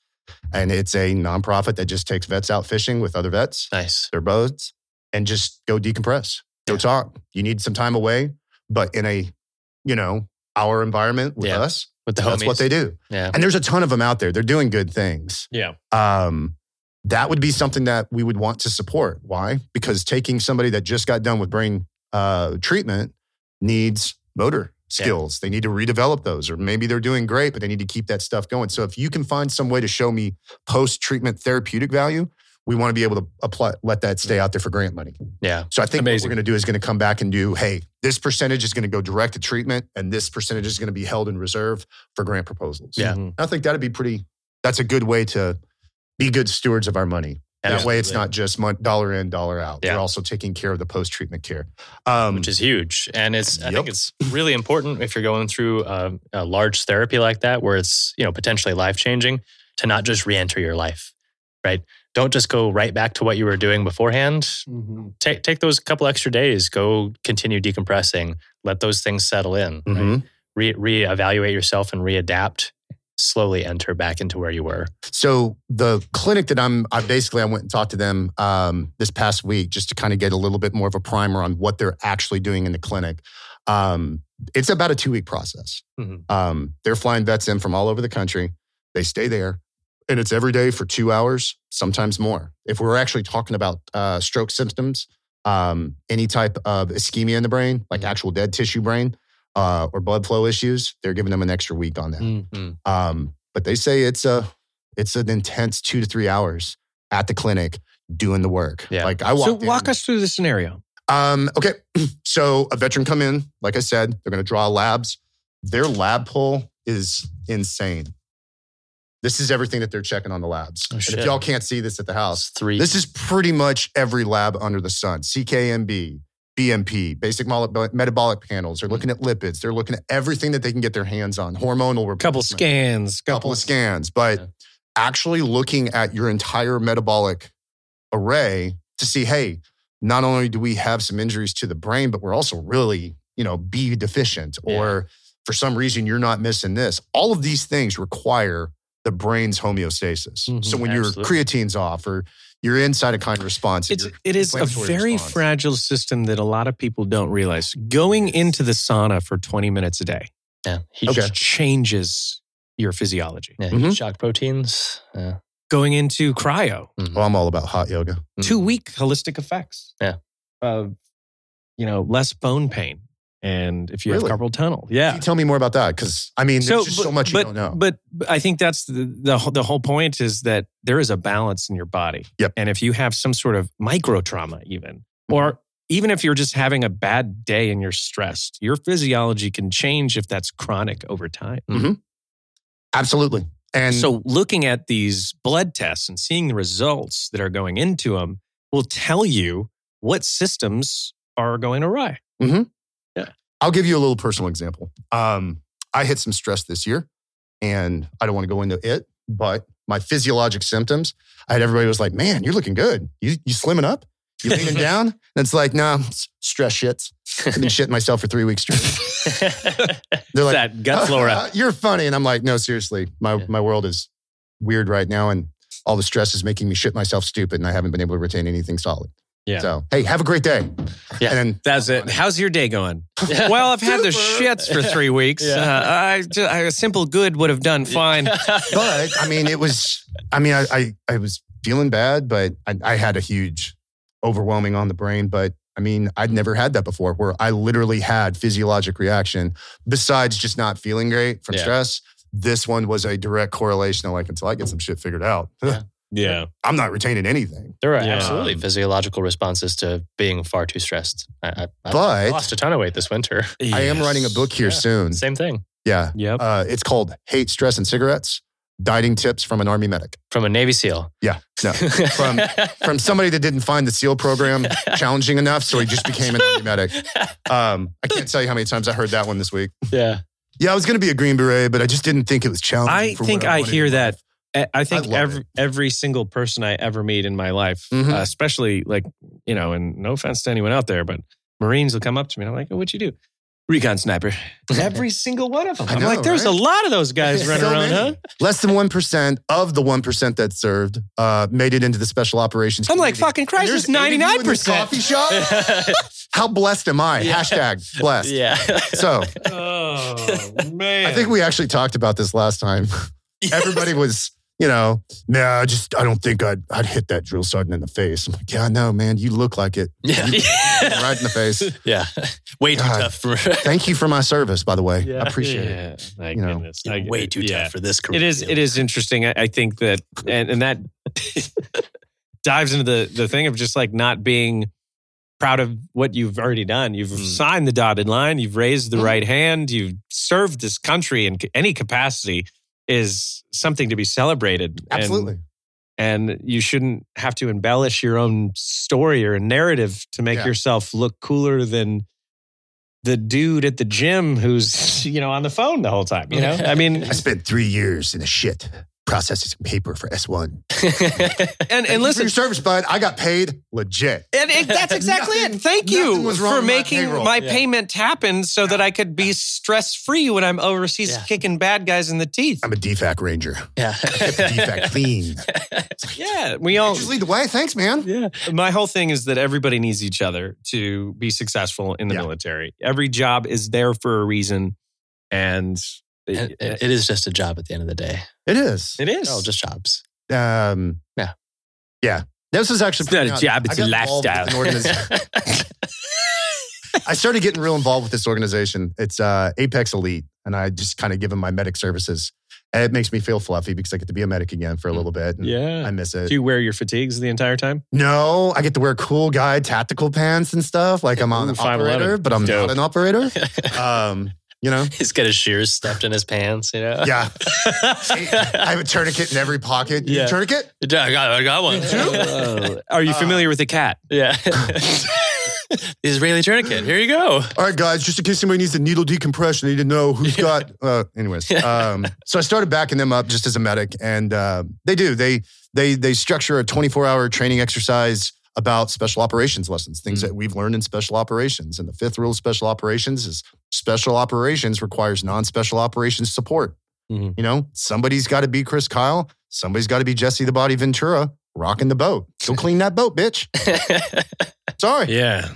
and it's a nonprofit that just takes vets out fishing with other vets Nice. their boats and just go decompress. Go Yeah. talk. You need some time away, but in a, you know, our environment with Yeah. us, With the homies. that's what they do. Yeah. And there's a ton of them out there. They're doing good things. Yeah. Um, that would be something that we would want to support. Why? Because taking somebody that just got done with brain uh, treatment needs motor skills. They need to redevelop those, or maybe they're doing great, but they need to keep that stuff going. So if you can find some way to show me post treatment therapeutic value, we want to be able to apply, let that Mm. stay out there for grant money. Yeah. So I think Amazing. what we're going to do is going to come back and do, hey, this percentage is going to go direct to treatment, and this percentage is going to be held in reserve for grant proposals. Yeah. I think that'd be pretty. That's a good way to be good stewards of our money. That way, it's Absolutely. not just mon- dollar in, dollar out. Yeah. We're also taking care of the post treatment care. Um, which is huge. And it's I Yep. think it's really important if you're going through a, a large therapy like that, where it's you know potentially life changing, to not just re-enter your life, right? Don't just go right back to what you were doing beforehand. Mm-hmm. Take take those couple extra days. Go continue decompressing. Let those things settle in. Right? mhm. Re reevaluate yourself and readapt. Slowly enter back into where you were. So the clinic that I'm, I basically I went and talked to them um, this past week just to kind of get a little bit more of a primer on what they're actually doing in the clinic. Um, it's about a two week process. Mhm. Um, they're flying vets in from all over the country. They stay there, and it's every day for two hours, sometimes more. If we're actually talking about uh, stroke symptoms, um, any type of ischemia in the brain, like Mhm. actual dead tissue brain, uh, or blood flow issues, they're giving them an extra week on that. Mm. Um, but they say it's a it's an intense two to three hours at the clinic doing the work. Yeah. Like I So walked. walk in- us through the scenario. Um, okay, so a veteran come in. Like I said, they're going to draw labs. Their lab pull is insane. This is everything that they're checking on the labs. Oh, and if shit. y'all can't see this at the house, Three. this is pretty much every lab under the sun CKMB, BMP, basic mole- metabolic panels. They're Hmm. looking at lipids. They're looking at everything that they can get their hands on, hormonal replacement Couple scans. Couple, couple of scans, but Yeah. actually looking at your entire metabolic array to see, hey, not only do we have some injuries to the brain, but we're also really, you know, B deficient, or for some reason you're not missing this. All of these things require the brain's homeostasis. Mhm, so when absolutely. your creatine's off or your cytokine response, It's your- it is a inflammatory very response. fragile system that a lot of people don't realize. Going into the sauna for 20 minutes a day yeah. Heat, Okay. changes your physiology. yeah, heat Mhm. shock proteins. Yeah. Going into cryo, well, I'm all "Oh, about hot yoga. Mm. two week holistic effects. of you know less bone pain, and if you Really? have carpal tunnel, Can yeah. you tell me more about that? Because I mean, there's just but, so much but- you don't know. But I think that's the, the whole- the whole point is that there is a balance in your body. Yep. Mm-hmm. And if you have some sort of micro trauma, even or even if you're just having a bad day and you're stressed, your physiology can change if that's chronic over time. Mhm. Absolutely. And And so looking at these blood tests and seeing the results that are going into them will tell you what systems are going awry. I'll give you a little personal example. Um, I hit some stress this year, and I don't want to go into it, but my physiologic symptoms, I had everybody was like, "Man, you're looking good. You you slimming up? You leaning down?" And it's like, "Nah, it's stress shits. I've been shitting myself for three weeks straight." They're like, that gut flora. "You're funny," and I'm like, "No, seriously, my Yeah. my world is weird right now, and all the stress is making me shit myself stupid, and I haven't been able to retain anything solid." Yeah. So, hey, have a great day. Yeah. And then That's it. How's your day going? Well, I've had the Super. shits for three weeks. Yeah. Uh, I, ju- I- a simple good would have done fine. but I mean, it was. I mean, I I, I was feeling bad, but I, I had a huge, overwhelming on the brain. But I mean, I'd never had that before, where I literally had physiologic reaction besides just not feeling great from Yeah. stress. This one was a direct correlation. of like until I get some shit figured out, Yeah. Yeah. I'm not retaining anything. There are Yeah. absolutely physiological responses to being far too stressed. I, I, I But- lost a ton of weight this winter. I am writing a book here Yeah. soon. Same thing Yeah, Yep. uh, it's called "Hate, Stress, and Cigarettes: Dieting Tips from an Army Medic." from a Navy SEAL. Yeah. No. From From somebody that didn't find the SEAL program challenging enough, so he just became an Army medic. Um, I can't tell you how many times I heard that one this week. yeah. Yeah, I was going to be a Green Beret, but I just didn't think it was challenging. I for think what I, I wanted hear in that. life. I- I think love every it. every single person I ever meet in my life, Mhm. uh, especially like you know, and no offense to anyone out there, but Marines will come up to me and I'm like, oh, "What'd you do?" Recon sniper. Every single one of them. I I'm know, like, "There's right? a lot of those guys running So around, many. huh?" Less than one percent of the one percent that served uh, made it into the special operations. I'm like, community. "Fucking And Christ, there's it's eight of you ninety in nine this percent." Coffee shop. How blessed am I? Yeah. Hashtag blessed. yeah. So Oh man! I think we actually talked about this last time. Everybody was, you know, nah, I just I don't think I'd I'd hit that drill sergeant in the face. I'm like, yeah, no, man, you look like it. yeah. right in the face. Yeah. Way too God. tough for Thank you for my service, by the way. Yeah. I appreciate it. yeah, my You know, goodness. I- way too yeah. tough for this career. It is. It is interesting. I, I think that, and, and that dives into the the thing of just like not being proud of what you've already done. You've Mm. signed the dotted line. You've raised the Mm. right hand. You've served this country in any capacity is something to be celebrated. And- Absolutely. And, you shouldn't have to embellish your own story or narrative to make Yeah. yourself look cooler than the dude at the gym who's you know on the phone the whole time. You know, I mean, I spent three years in a shit processing paper for S1. and Thank and you for listen, your service, bud. I got paid legit. And it, that's exactly Nothing- it. Thank nothing you was wrong for with my making my, payroll. Yeah. payment happen so that I could be stress free when I'm overseas Yeah. kicking bad guys in the teeth. I'm a DFAC ranger. Yeah. Kept the DFAC clean. yeah, we all. Just lead the way. Thanks, man. Oh. Yeah. My whole thing is that everybody needs each other to be successful in the Yeah. military. Every job is there for a reason, and Oh, It- it- it is just a job at the end of the day. It is. it is. They're all just jobs. Um, Yeah. Yeah. This is actually It's not a pretty- job, it's I a got involved with lifestyle. an organization- I started getting real involved with this organization. It's uh, Apex Elite, and I just kind of give them my medic services. And it makes me feel fluffy because I get to be a medic again for a little bit. and Mm. yeah. I miss it. Do you wear your fatigues the entire time? No, I get to wear cool guy tactical pants and stuff. Like I'm on Ooh, an 5'11. operator, but I'm Dope. not an operator. Um, you know, He's got his shears stuffed in his pants, you know? yeah, I have a tourniquet in every pocket. You Yeah. tourniquet? Yeah, I got, I got one. Oh. Are you familiar with the cat? yeah. Israeli tourniquet. Here you go. All right, guys, just in case somebody needs a needle decompression, they need to know who's got. Uh, anyways, um, so I started backing them up just as a medic, and uh, they do. They they they structure a 24 hour training exercise about special operations lessons, things Mm. that we've learned in special operations. And the fifth rule of special operations is special operations requires non special operations support. Mhm. You know, somebody's got to be Chris Kyle, somebody's got to be Jesse the Body Ventura rocking the boat. Go clean that boat, bitch. Sorry, Yeah.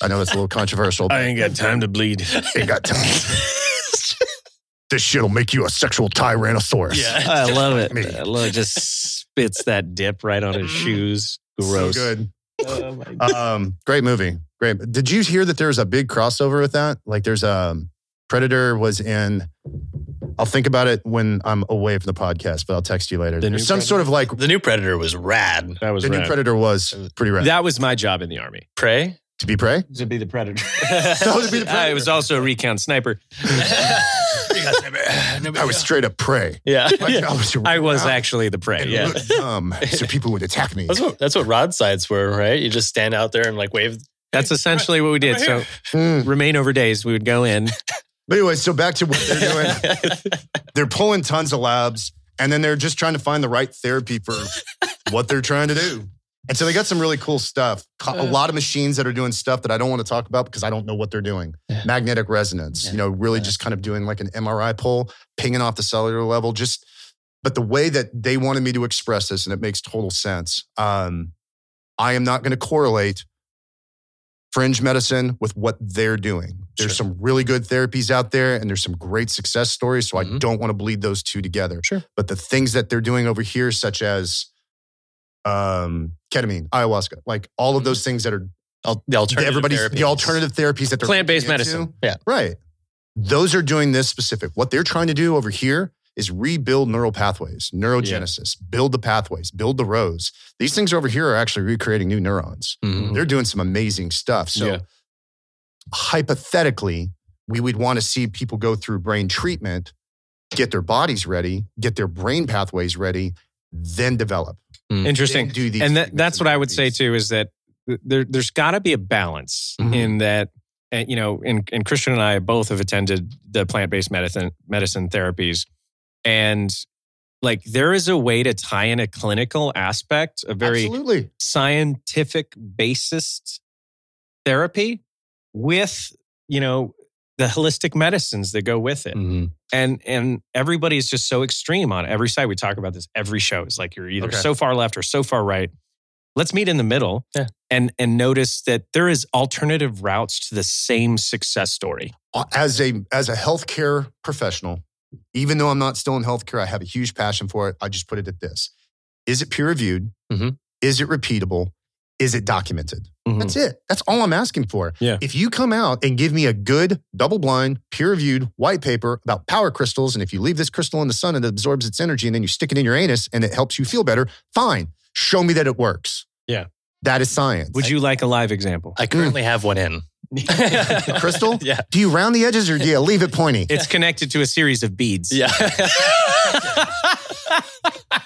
I know that's a little controversial. but- ain't got time to bleed. Ain't got time. this shit'll make you a sexual tyrannosaurus. Yeah. I love it. Me. I love it. Just spits that dip right on his shoes. Gross. So good. Oh my God. um, great movie. Great. Did you hear that there's a big crossover with that? Like there's a Predator was in. I'll think about it when I'm away from the podcast, but I'll text you later. The new There's some Predator? sort of like The new Predator was rad. that was the new rad. Predator was pretty rad That was my job in the army. Prey? to be prey. To be the predator. would be the I was also a recon sniper. I was straight up prey. yeah. My Yeah. job was to I was run out actually the prey. and Yeah. look dumb so people would attack me. That's what that's what rod sites were, right? You just stand out there and like wave. That's essentially what we did. So Mm. remain over days. We would go in. But anyway, so back to what they're doing. they're pulling tons of labs and then they're just trying to find the right therapy for what they're trying to do. And so they got some really cool stuff. Co- A Uh. lot of machines that are doing stuff that I don't want to talk about because I don't know what they're doing. Yeah. Magnetic resonance, Yeah. you know, really Yeah. just kind of doing like an MRI pull, pinging off the cellular level. Just, but the way that they wanted me to express this, and it makes total sense. Um, I am not going to correlate fringe medicine with what they're doing. There's Sure. some really good therapies out there and there's some great success stories. So I Mhm. don't want to bleed those two together. Sure. But the things that they're doing over here, such as um, ketamine, ayahuasca, like all Mm-hmm. of those things that are Al- the alternative. everybody's therapies. the alternative therapies that they're Plant-based looking medicine. into. Yeah. Right. Those are doing this specific. What they're trying to do over here is rebuild neural pathways, neurogenesis, build the pathways, build the rows. These things over here are actually recreating new neurons Mhm. they're doing some amazing stuff. So Mm-hmm. Yeah. hypothetically, we would want to see people go through brain treatment, get their bodies ready, get their brain pathways ready, then develop. Interesting. Then do these and that, treatments that's and what I would say therapies. too is that th- there, there's got to be a balance Mhm. in that, and, you know, and, and Christian and I both have attended the plant based medicine medicine therapies, and like there is a way to tie in a clinical aspect, a very Absolutely. scientific based therapy with you know the holistic medicines that go with it Mhm. and and everybody's just so extreme on every side. We talk about this every show. It's like you're either Okay. so far left or so far right. Let's meet in the middle Yeah. and and notice that there is alternative routes to the same success story. uh, As a as a healthcare professional, even though I'm not still in healthcare, I have a huge passion for it. I just put it at this. Is it peer reviewed? Mm-hmm. Mhm. Is it repeatable? Is it documented? That's it. That's all I'm asking for. Yeah. If you come out and give me a good double blind, peer reviewed white paper about power crystals, and if you leave this crystal in the sun, it absorbs its energy and then you stick it in your anus and it helps you feel better, fine. Show me that it works. Yeah. That is science. Would you like a live example? I currently have one in. Crystal? Yeah. do you round the edges or do you leave it pointy? It's connected to a series of beads. Yeah.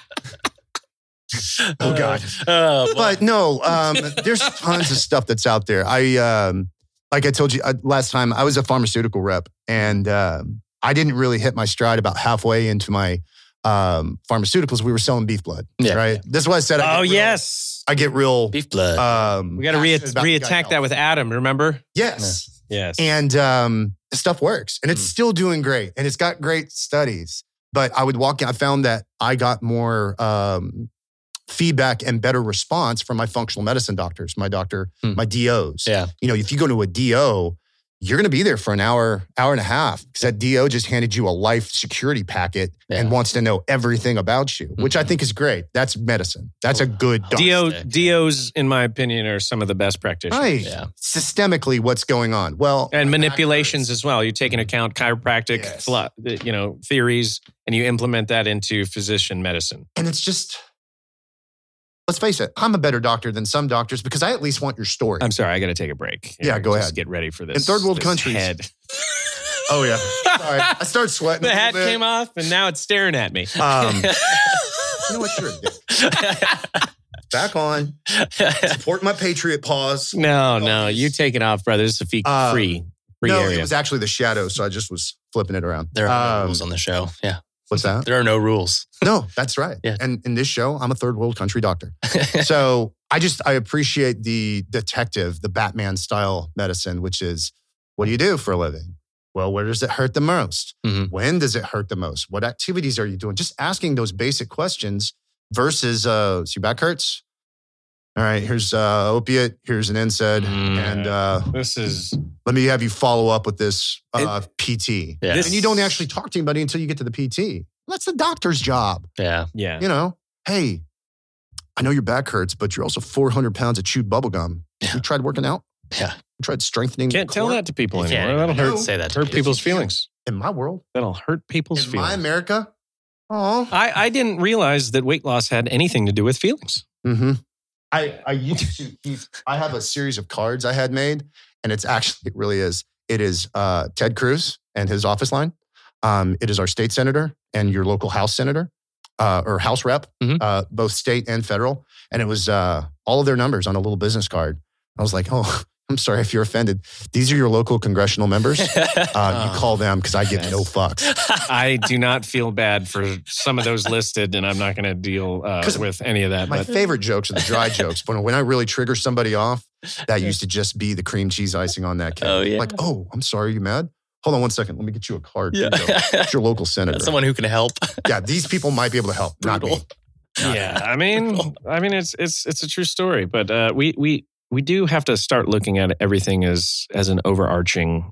Oh, God. Uh, well, but no, um, there's tons of stuff that's out there. I, um, like I told you uh, last time, I was a pharmaceutical rep, and um, I didn't really hit my stride about halfway into my um, pharmaceuticals. We were selling beef blood, Yeah. right? That's why I said, I Oh get real- yes. I get real. beef blood. Um, We got to re- passionate about gut reattack health. that with Adam. Remember? yes, Yes. and um, the stuff works, and it's Mm. still doing great, and it's got great studies. But I would walk in. I found that I got more um, feedback and better response from my functional medicine doctors, my doctor, Mm. my DOs. Yeah. You know, if you go to a DO, you're going to be there for an hour, hour and a half because that DO just handed you a life security packet and Yeah. Mm-hmm. wants to know everything about you, which I think is great. That's medicine. That's Oh, a good doctor. Do Stick. DOs, in my opinion, are some of the best practitioners. Right. yeah. Systemically, what's going on? Well, and my back manipulations hurts. as well. You take into account chiropractic, Yes. phlo- you know, theories, and you implement that into physician medicine. And it's just, let's face it, I'm a better doctor than some doctors because I at least want your story. I'm sorry, I got to take a break. Yeah, go just ahead. Get ready for this. third world this countries. head. oh, yeah. Sorry. I start sweating. the hat came off, and now it's staring at me. Um, you know what? You're a dick. Back on. Support my Patriot pause. no, no, you take it off, brother. This is a fee- Uh, free, free Oh, no, area. it was actually the shadow, so I just was flipping it around. there are no Um, rules on the show. Yeah. What's that? There are no rules. No, that's right. Yeah. And in this show, I'm a third world country doctor. so I just I appreciate the detective, the Batman style medicine, which is what do you do for a living? Well, where does it hurt the most? Mhm. When does it hurt the most? What activities are you doing? Just asking those basic questions versus uh, so your back hurts. All right, here's uh opiate, here's an NSAID, Mm. and uh, this is let me have you follow up with this uh, PT. Yeah. This- And you don't actually talk to anybody until you get to the PT. That's the doctor's job yeah. yeah. you know, hey, I know your back hurts, but you're also 400 pounds of chewed bubble gum. Yeah. You tried working out? Yeah. You tried strengtening? Can't the tell core? that to people You can't anymore. That'll even hurt, say that to hurt people. people's feelings. In my world, That'll hurt people's in my feelings. America. Oh. I, I didn't realize that weight loss had anything to do with feelings. Mm-hmm. I, I used to keep, I have a series of cards I had made, and it's actually, it really is. It is uh, Ted Cruz and his office line. Um, it is our state senator and your local House senator uh, or House representative Mhm. uh, both state and federal. And it was uh, all of their numbers on a little business card. I was like, oh, I'm sorry if you're offended. These are your local congressional members. Uh, Oh, you call them because I give okay. no fucks. I do not feel bad for some of those listed, and I'm not going to deal uh, 'Cause with any of that. My But favorite jokes are the dry jokes. But when I really trigger somebody off, that used to just be the cream cheese icing on that cake. Oh, yeah. Like, oh, I'm sorry, you mad? Hold on one second. Let me get you a card. Here yeah. you go. It's your local senator. That's someone who can help. yeah, these people might be able to help. Not me. Brutal. yeah, I mean, I mean, it's it's it's a true story. But uh, we we we do have to start looking at everything as as an overarching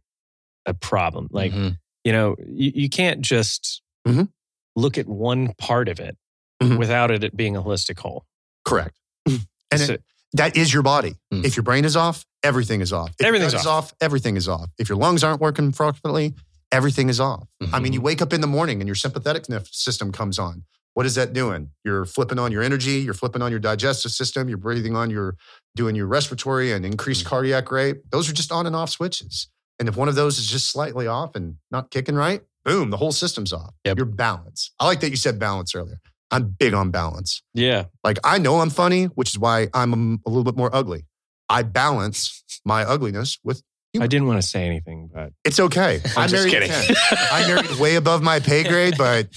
a problem. Mm-hmm. Like Mhm. you know, you, you can't just Mhm. look at one part of it Mhm. without it being a holistic whole. Correct. And So- it- that is your body. Mm. If your brain is off, everything is off. If your Everything's gut is off. Everything is off. If your lungs aren't working properly, everything is off. I mean, Mm-hmm. you wake up in the morning and your sympathetic nerve system comes on. What is that doing? You're flipping on your energy, you're flipping on your digestive system, you're breathing on your doing your respiratory and increased Mm-hmm. cardiac rate. Those are just on and off switches. And if one of those is just slightly off and not kicking right, boom, the whole system's off. Yep. Your balance. I like that you said balance earlier. I'm big on balance. yeah, Like I know I'm funny, which is why I'm um, a, a little bit more ugly. I balance my ugliness with I didn't want to say anything, but it's okay. I'm I just married kidding. Ken. I married way above my pay grade, but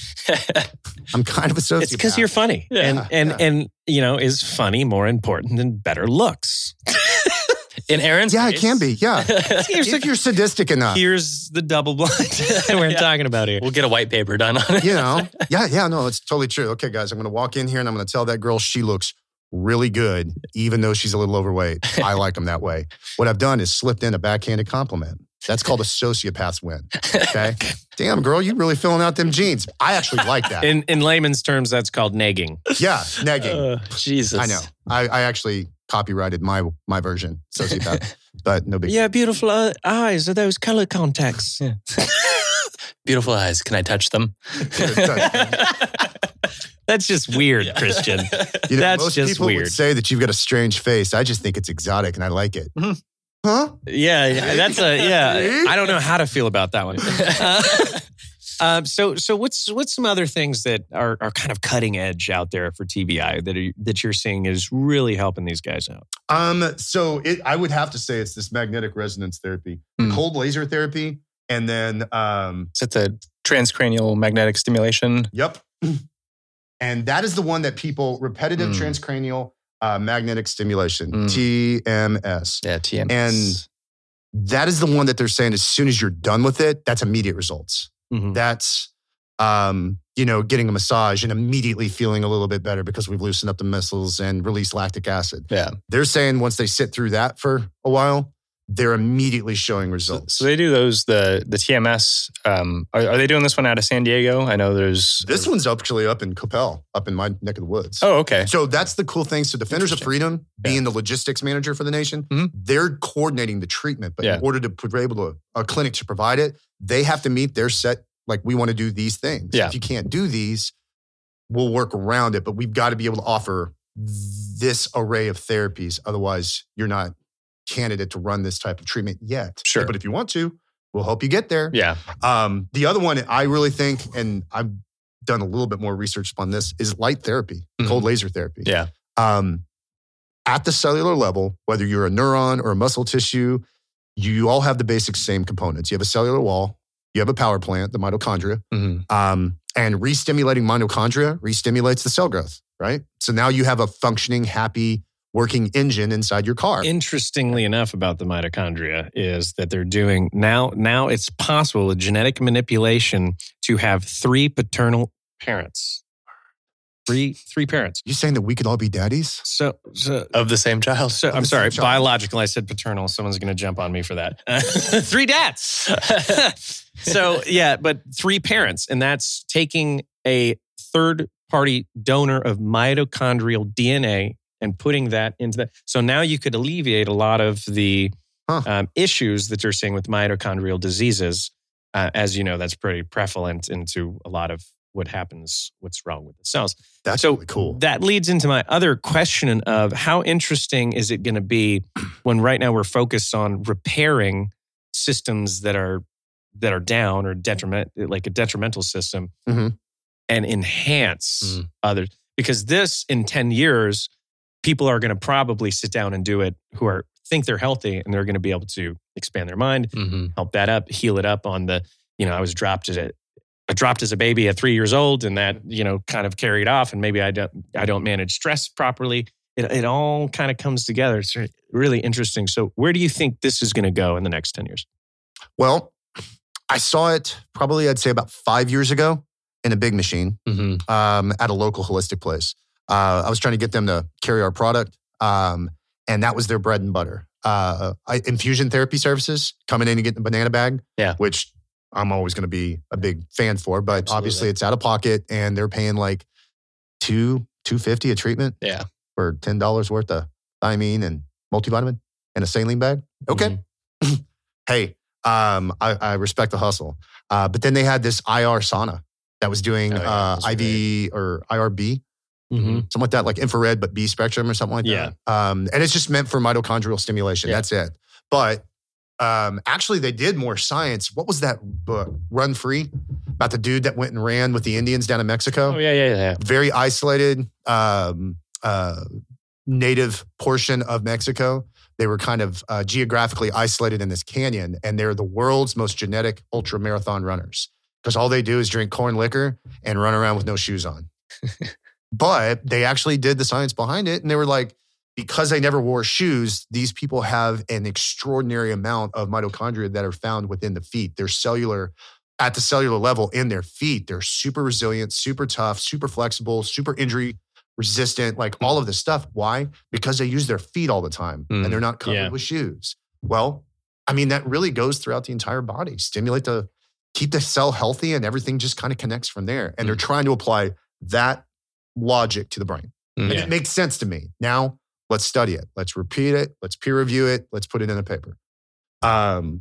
I'm kind of a sociopath. it's because you're funny, Yeah. and and Yeah. and you know, is funny more important than better looks? In Aaron's Yeah, it case- can be. Yeah, Here's if you're sadistic Ah. enough, Here's the double blind that we're Yeah. talking about here. we'll get a white paper done on it. you know. Yeah, yeah. No, it's totally true. Okay, guys, I'm going to walk in here and I'm going to tell that girl she looks really good, even though she's a little overweight. I like them that way. What I've done is slipped in a backhanded compliment. That's called a sociopath's win. Okay. Damn, girl, you really filling out them jeans. I actually like that. In in layman's terms, that's called negging. Yeah, negging. Uh, Jesus. I know. I, I actually copyrighted my my version, sociopath, but no big. Yeah, beautiful uh, eyes are those color contacts. Beautiful eyes. Can I touch them? That's just weird, Yeah. Christian. You That's most just people weird. would say that you've got a strange face. I just think it's exotic and I like it. Mhm. Huh? Yeah, yeah, that's a yeah. See? I don't know how to feel about that one. Uh, um, so so what's what's some other things that are are kind of cutting edge out there for TBI that are, that you're seeing is really helping these guys out? Um. So it, I would have to say it's this magnetic resonance therapy, Hmm. cold laser therapy, and then um. Is it the transcranial magnetic stimulation? Yep. And that is the one that people repetitive Hmm. transcranial uh, magnetic stimulation Hmm. TMS. Yeah, TMS. And- That is the one that they're saying as soon as you're done with it, that's immediate results. Mm-hmm. that's um, you know getting a massage and immediately feeling a little bit better because we've loosened up the muscles and released lactic acid Yeah. they're saying once they sit through that for a while they're immediately showing So, results so they do those the the TMS. Um, are, are they doing this one out of San Diego? I know there's this one's actually up in coppell up in my neck of the woods Oh, okay. so that's the cool thing so defenders of Interesting. freedom being the logistics manager for the nation Mhm. they're coordinating the treatment but Yeah. in order to be able to a clinic to provide it they have to meet their set like we want to do these things Yeah. if you can't do these we'll work around it but we've got to be able to offer this array of therapies otherwise you're not candidate to run this type of treatment yet Sure. but if you want to we'll help you get there Yeah. um, the other one I really think, and I've done a little bit more research on this, is light therapy, Mhm. cold laser therapy. Yeah. Um, at the cellular level, whether you're a neuron or a muscle tissue, you all have the basic same components. You have a cellular wall, you have a power plant, the mitochondria, Mhm. um, and restimulating mitochondria restimulates the cell growth, right? So now you have a functioning, happy, working engine inside your car. Interestingly enough, about the mitochondria is that they're doing now. Now it's possible with genetic manipulation to have three paternal parents, three three parents. you saying that we could all be daddies? So, so Of the same child. Oh, So I'm Obviously, sorry, child. biological. I said paternal. Someone's going to jump on me for that. three dads. so yeah, but three parents, and that's taking a third party donor of mitochondrial DNA and putting that into that. So now you could alleviate a lot of the Huh. um, issues that you're seeing with mitochondrial diseases. Uh, as you know, that's pretty prevalent into a lot of what happens, what's wrong with the cells. That's So really cool. That leads into my other question of how interesting is it going to be when right now we're focused on repairing systems that are that are down or detriment like a detrimental system Mhm. and enhance Mm-hmm. Mm. others because this in 10 years people are going to probably sit down and do it who are think they're healthy and they're going to be able to expand their mind Mm-hmm. help that up, heal it up on the, you know, I was dropped at it. I dropped as a baby at three years old, and that Mm-hmm. you know kind of carried off. And maybe I don't I don't manage stress properly. It, it all kind of comes together. It's re- really interesting. So where do you think this is going to go in the next ten years? Well, I saw it probably, I'd say about five years ago in a big machine Mm-hmm. um, at a local holistic place. Uh, I was trying to get them to carry our product, um, and that was their bread and butter. Uh, I, infusion therapy services coming in and getting the banana bag, Yeah. which I'm always going to be a big fan for, but Absolutely. obviously it's out of pocket and they're paying like two two fifty a treatment Yeah. for ten dollars worth of thiamine and multivitamin and a saline bag. Okay, Mhm. hey, um, I, I respect the hustle. Uh, but then they had this IR sauna that was doing Oh, yeah, uh, those are IV or IRB, Mhm. something like that, like infrared, but B spectrum or something like Yeah. that. Um, and it's just meant for mitochondrial stimulation. Yeah. That's it. But um, actually, they did more science. What was that book, Run Free, about the dude that went and ran with the Indians down in Mexico? Oh yeah, yeah, yeah. very isolated um, uh, native portion of Mexico. They were kind of uh, geographically isolated in this canyon, and they're the world's most genetic ultra marathon runners because all they do is drink corn liquor and run around with no shoes on. but they actually did the science behind it, and they were like, because they never wore shoes, these people have an extraordinary amount of mitochondria that are found within the feet. They're cellular at the cellular level in their feet. They're super resilient, super tough, super flexible, super injury resistant, like all of this stuff. Why? Because they use their feet all the time Mm, and they're not covered yeah. with shoes. Well, I mean, that really goes throughout the entire body. Stimulate the keep the cell healthy and everything just kind of connects from there. And they're trying to apply that logic to the brain. Mm. And Yeah. it makes sense to me. Now let's study it. Let's repeat it. Let's peer review it. Let's put it in a paper. Um,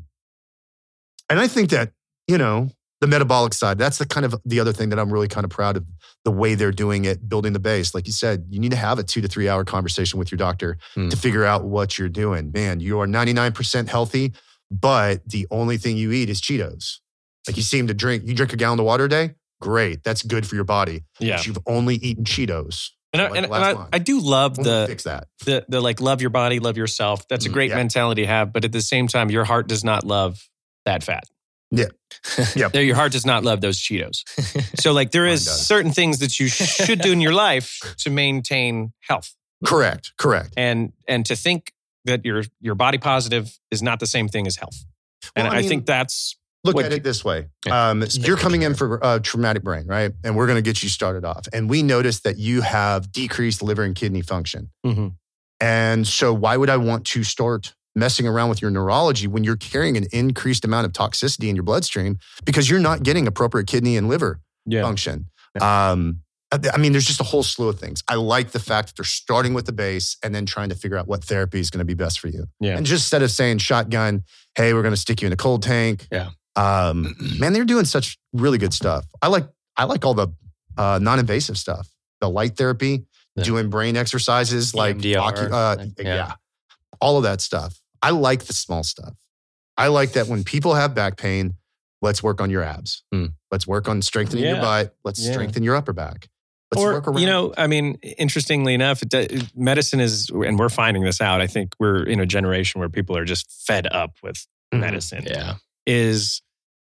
and I think that, you know, the metabolic side, that's the kind of the other thing that I'm really kind of proud of the way they're doing it, building the base. Like you said, you need to have a two to three hour conversation with your doctor Hmm. to figure out what you're doing. Man, you are 99% healthy, but the only thing you eat is Cheetos. Like you seem to drink, you drink a gallon of water a day. Great. That's good for your body. Yeah, But you've only eaten Cheetos. and I, Like and, and last I, month. I do love When we the, fix that. the the like love your body, love yourself. That's a Mm, great yeah. mentality to have, but at the same time, your heart does not love that fat. Yeah. Yeah. No, your heart does not love those Cheetos. So like there Mine is does. certain things that you should do in your life to maintain health. Correct. Correct. And and to think that your your body positive is not the same thing as health. And Well, I, I mean- think that's Look What at you- it this way. Yeah. Um, Just make you're it coming in for uh, traumatic brain, right? And we're going to get you started off. And we noticed that you have decreased liver and kidney function. mm-hmm, And so, why would I want to start messing around with your neurology when you're carrying an increased amount of toxicity in your bloodstream because you're not getting appropriate kidney and liver yeah. function? Um, I I mean, there's just a whole slew of things. I like the fact that they're starting with the base and then trying to figure out what therapy is going to be best for you. Yeah. And just instead of saying shotgun, hey, we're going to stick you in a cold tank. Yeah. Um, man, they're doing such really good stuff. I like I like all the uh, non-invasive stuff, the light therapy, Yeah. doing brain exercises like EMDR. ocu- uh, Yeah. yeah, all of that stuff. I like the small stuff. I like that when people have back pain, let's work on your abs. Hmm. Let's work on strengthening Yeah. your butt. Let's Yeah. strengthen your upper back. Let's or work around. you know, I mean, interestingly enough, it, do- medicine is, and we're finding this out. I think we're in a generation where people are just fed up with Mhm. medicine. yeah. Is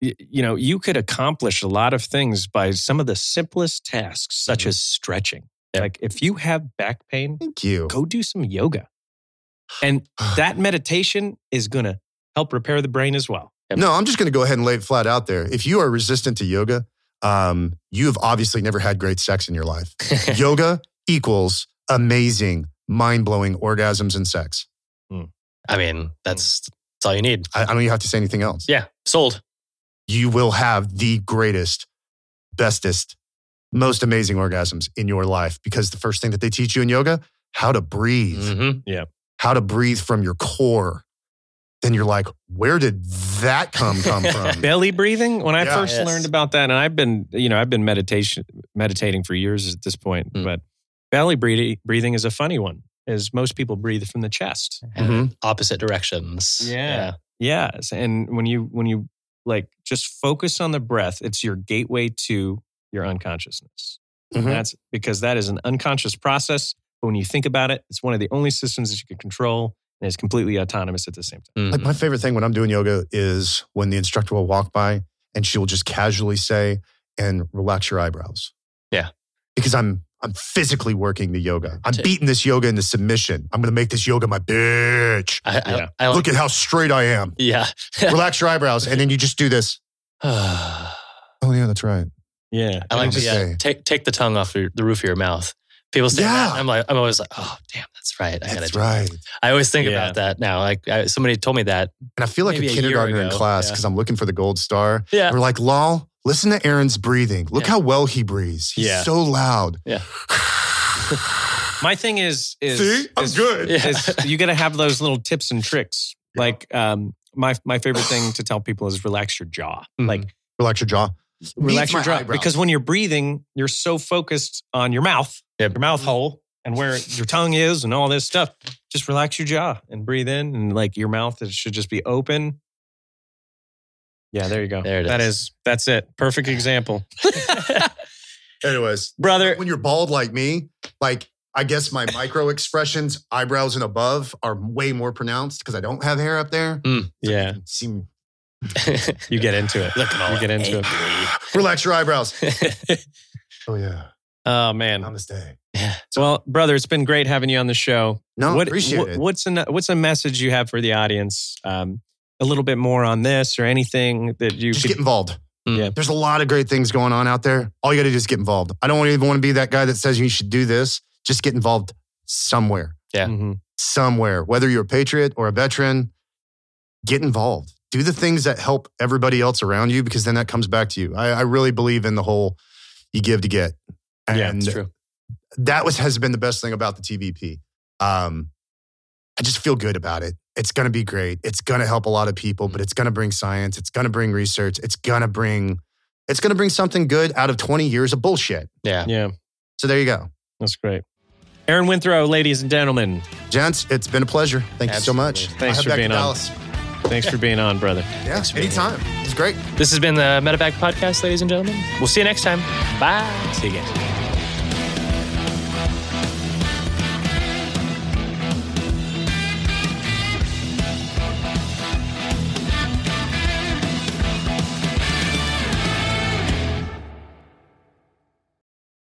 y- you know, you could accomplish a lot of things by some of the simplest tasks, such Mhm. as stretching. Yeah. Like if you have back pain, thank you. go do some yoga. And Ah. that meditation is going to help repair the brain as well. No, I'm just going to go ahead and lay it flat out there. If you are resistant to yoga, um, you have obviously never had great sex in your life. yoga equals amazing, mind blowing orgasms and sex. I mean, that's that's all you need. I, I don't even have to say anything else. Yeah, sold. You will have the greatest, bestest most amazing orgasms in your life because the first thing that they teach you in yoga, how to breathe, Mhm. how to breathe from your core. Then you're like, where did that come come from? belly breathing when i Yeah. first Yes. learned about that and i've been you know i've been meditation meditating for years at this point Mm. but belly breathing breathing is a funny one is most people breathe from the chest Mm-hmm. Mhm. Opposite directions. yes and when you when you like just focus on the breath it's your gateway to your unconsciousness Mhm. And that's because that is an unconscious process but when you think about it it's one of the only systems that you can control and it's completely autonomous at the same time Mhm. Like my favorite thing when I'm doing yoga is when the instructor will walk by and she will just casually say, "And relax your eyebrows." Yeah. because I'm I'm physically working the yoga. I'm To- beating this yoga into submission. I'm going to make this yoga my bitch. I, I, Yeah. I like. Look at how straight I am. yeah. Relax your eyebrows, and then you just do this. I Oh yeah, that's right. yeah like just the, say- uh, take take the tongue off your, the roof of your mouth. People say that. Yeah. I'm like, I'm always like, oh damn, that's right. I gotta That's do right. I always think Yeah. about that now. Like I, somebody told me that. And I feel like Maybe a a year kindergartner in ago, class yeah. because I'm looking for the gold star. Yeah. We're like, lol, listen to Aaron's breathing. Look Yeah. how well he breathes. He's Yeah. so loud. Yeah. My thing is is See, I'm is- good. Yeah. is you got to have those little tips and tricks. Yeah. Like um, my my favorite thing to tell people is relax your jaw. Mhm. Like Relax your jaw. relax your my jaw eyebrows. because when you're breathing, you're so focused on your mouth, Yep. your mouth hole, and where your tongue is, and all this stuff. Just relax your jaw and breathe in, and like your mouth it should just be open. Yeah, there you go. There it That is. is that's it. Perfect example, Anyways, brother. when you're bald like me, like I guess my micro expressions, eyebrows and above, are way more pronounced because I don't have hair up there. Mm. Yeah, Seem you get into it. Look at all you get into it. relax your eyebrows. it. Oh yeah, Oh man. namaste. well, brother, it's been great having you on the show. No, what, appreciate what- it. What's a what's a message you have for the audience? Um, a little bit more on this or anything that you just could. get involved. Mm. Yeah. There's a lot of great things going on out there. All you got to do is get involved. I don't even want to be that guy that says you should do this. Just get involved somewhere. Yeah. Mhm. somewhere, whether you're a patriot or a veteran, get involved. Do the things that help everybody else around you because then that comes back to you. I, I really believe in the whole you give to get. And Yeah, It's true. that was has been the best thing about the TVP. Um, I just feel good about it. It's going to be great. It's going to help a lot of people, but it's going to bring science. It's going to bring research. It's going to bring it's going to bring something good out of 20 years of bullshit. Yeah. Yeah, So there you go. that's great. Aaron Winthrow, ladies and gentlemen, Gents, it's been a pleasure. Thank you so much. Absolutely. Thanks I'll head for back being to on. Dallas. thanks for being on, brother. Yeah, for being anytime. It's great. This has been the Medevac Podcast, ladies and gentlemen. We'll see you next time. Bye. See you again.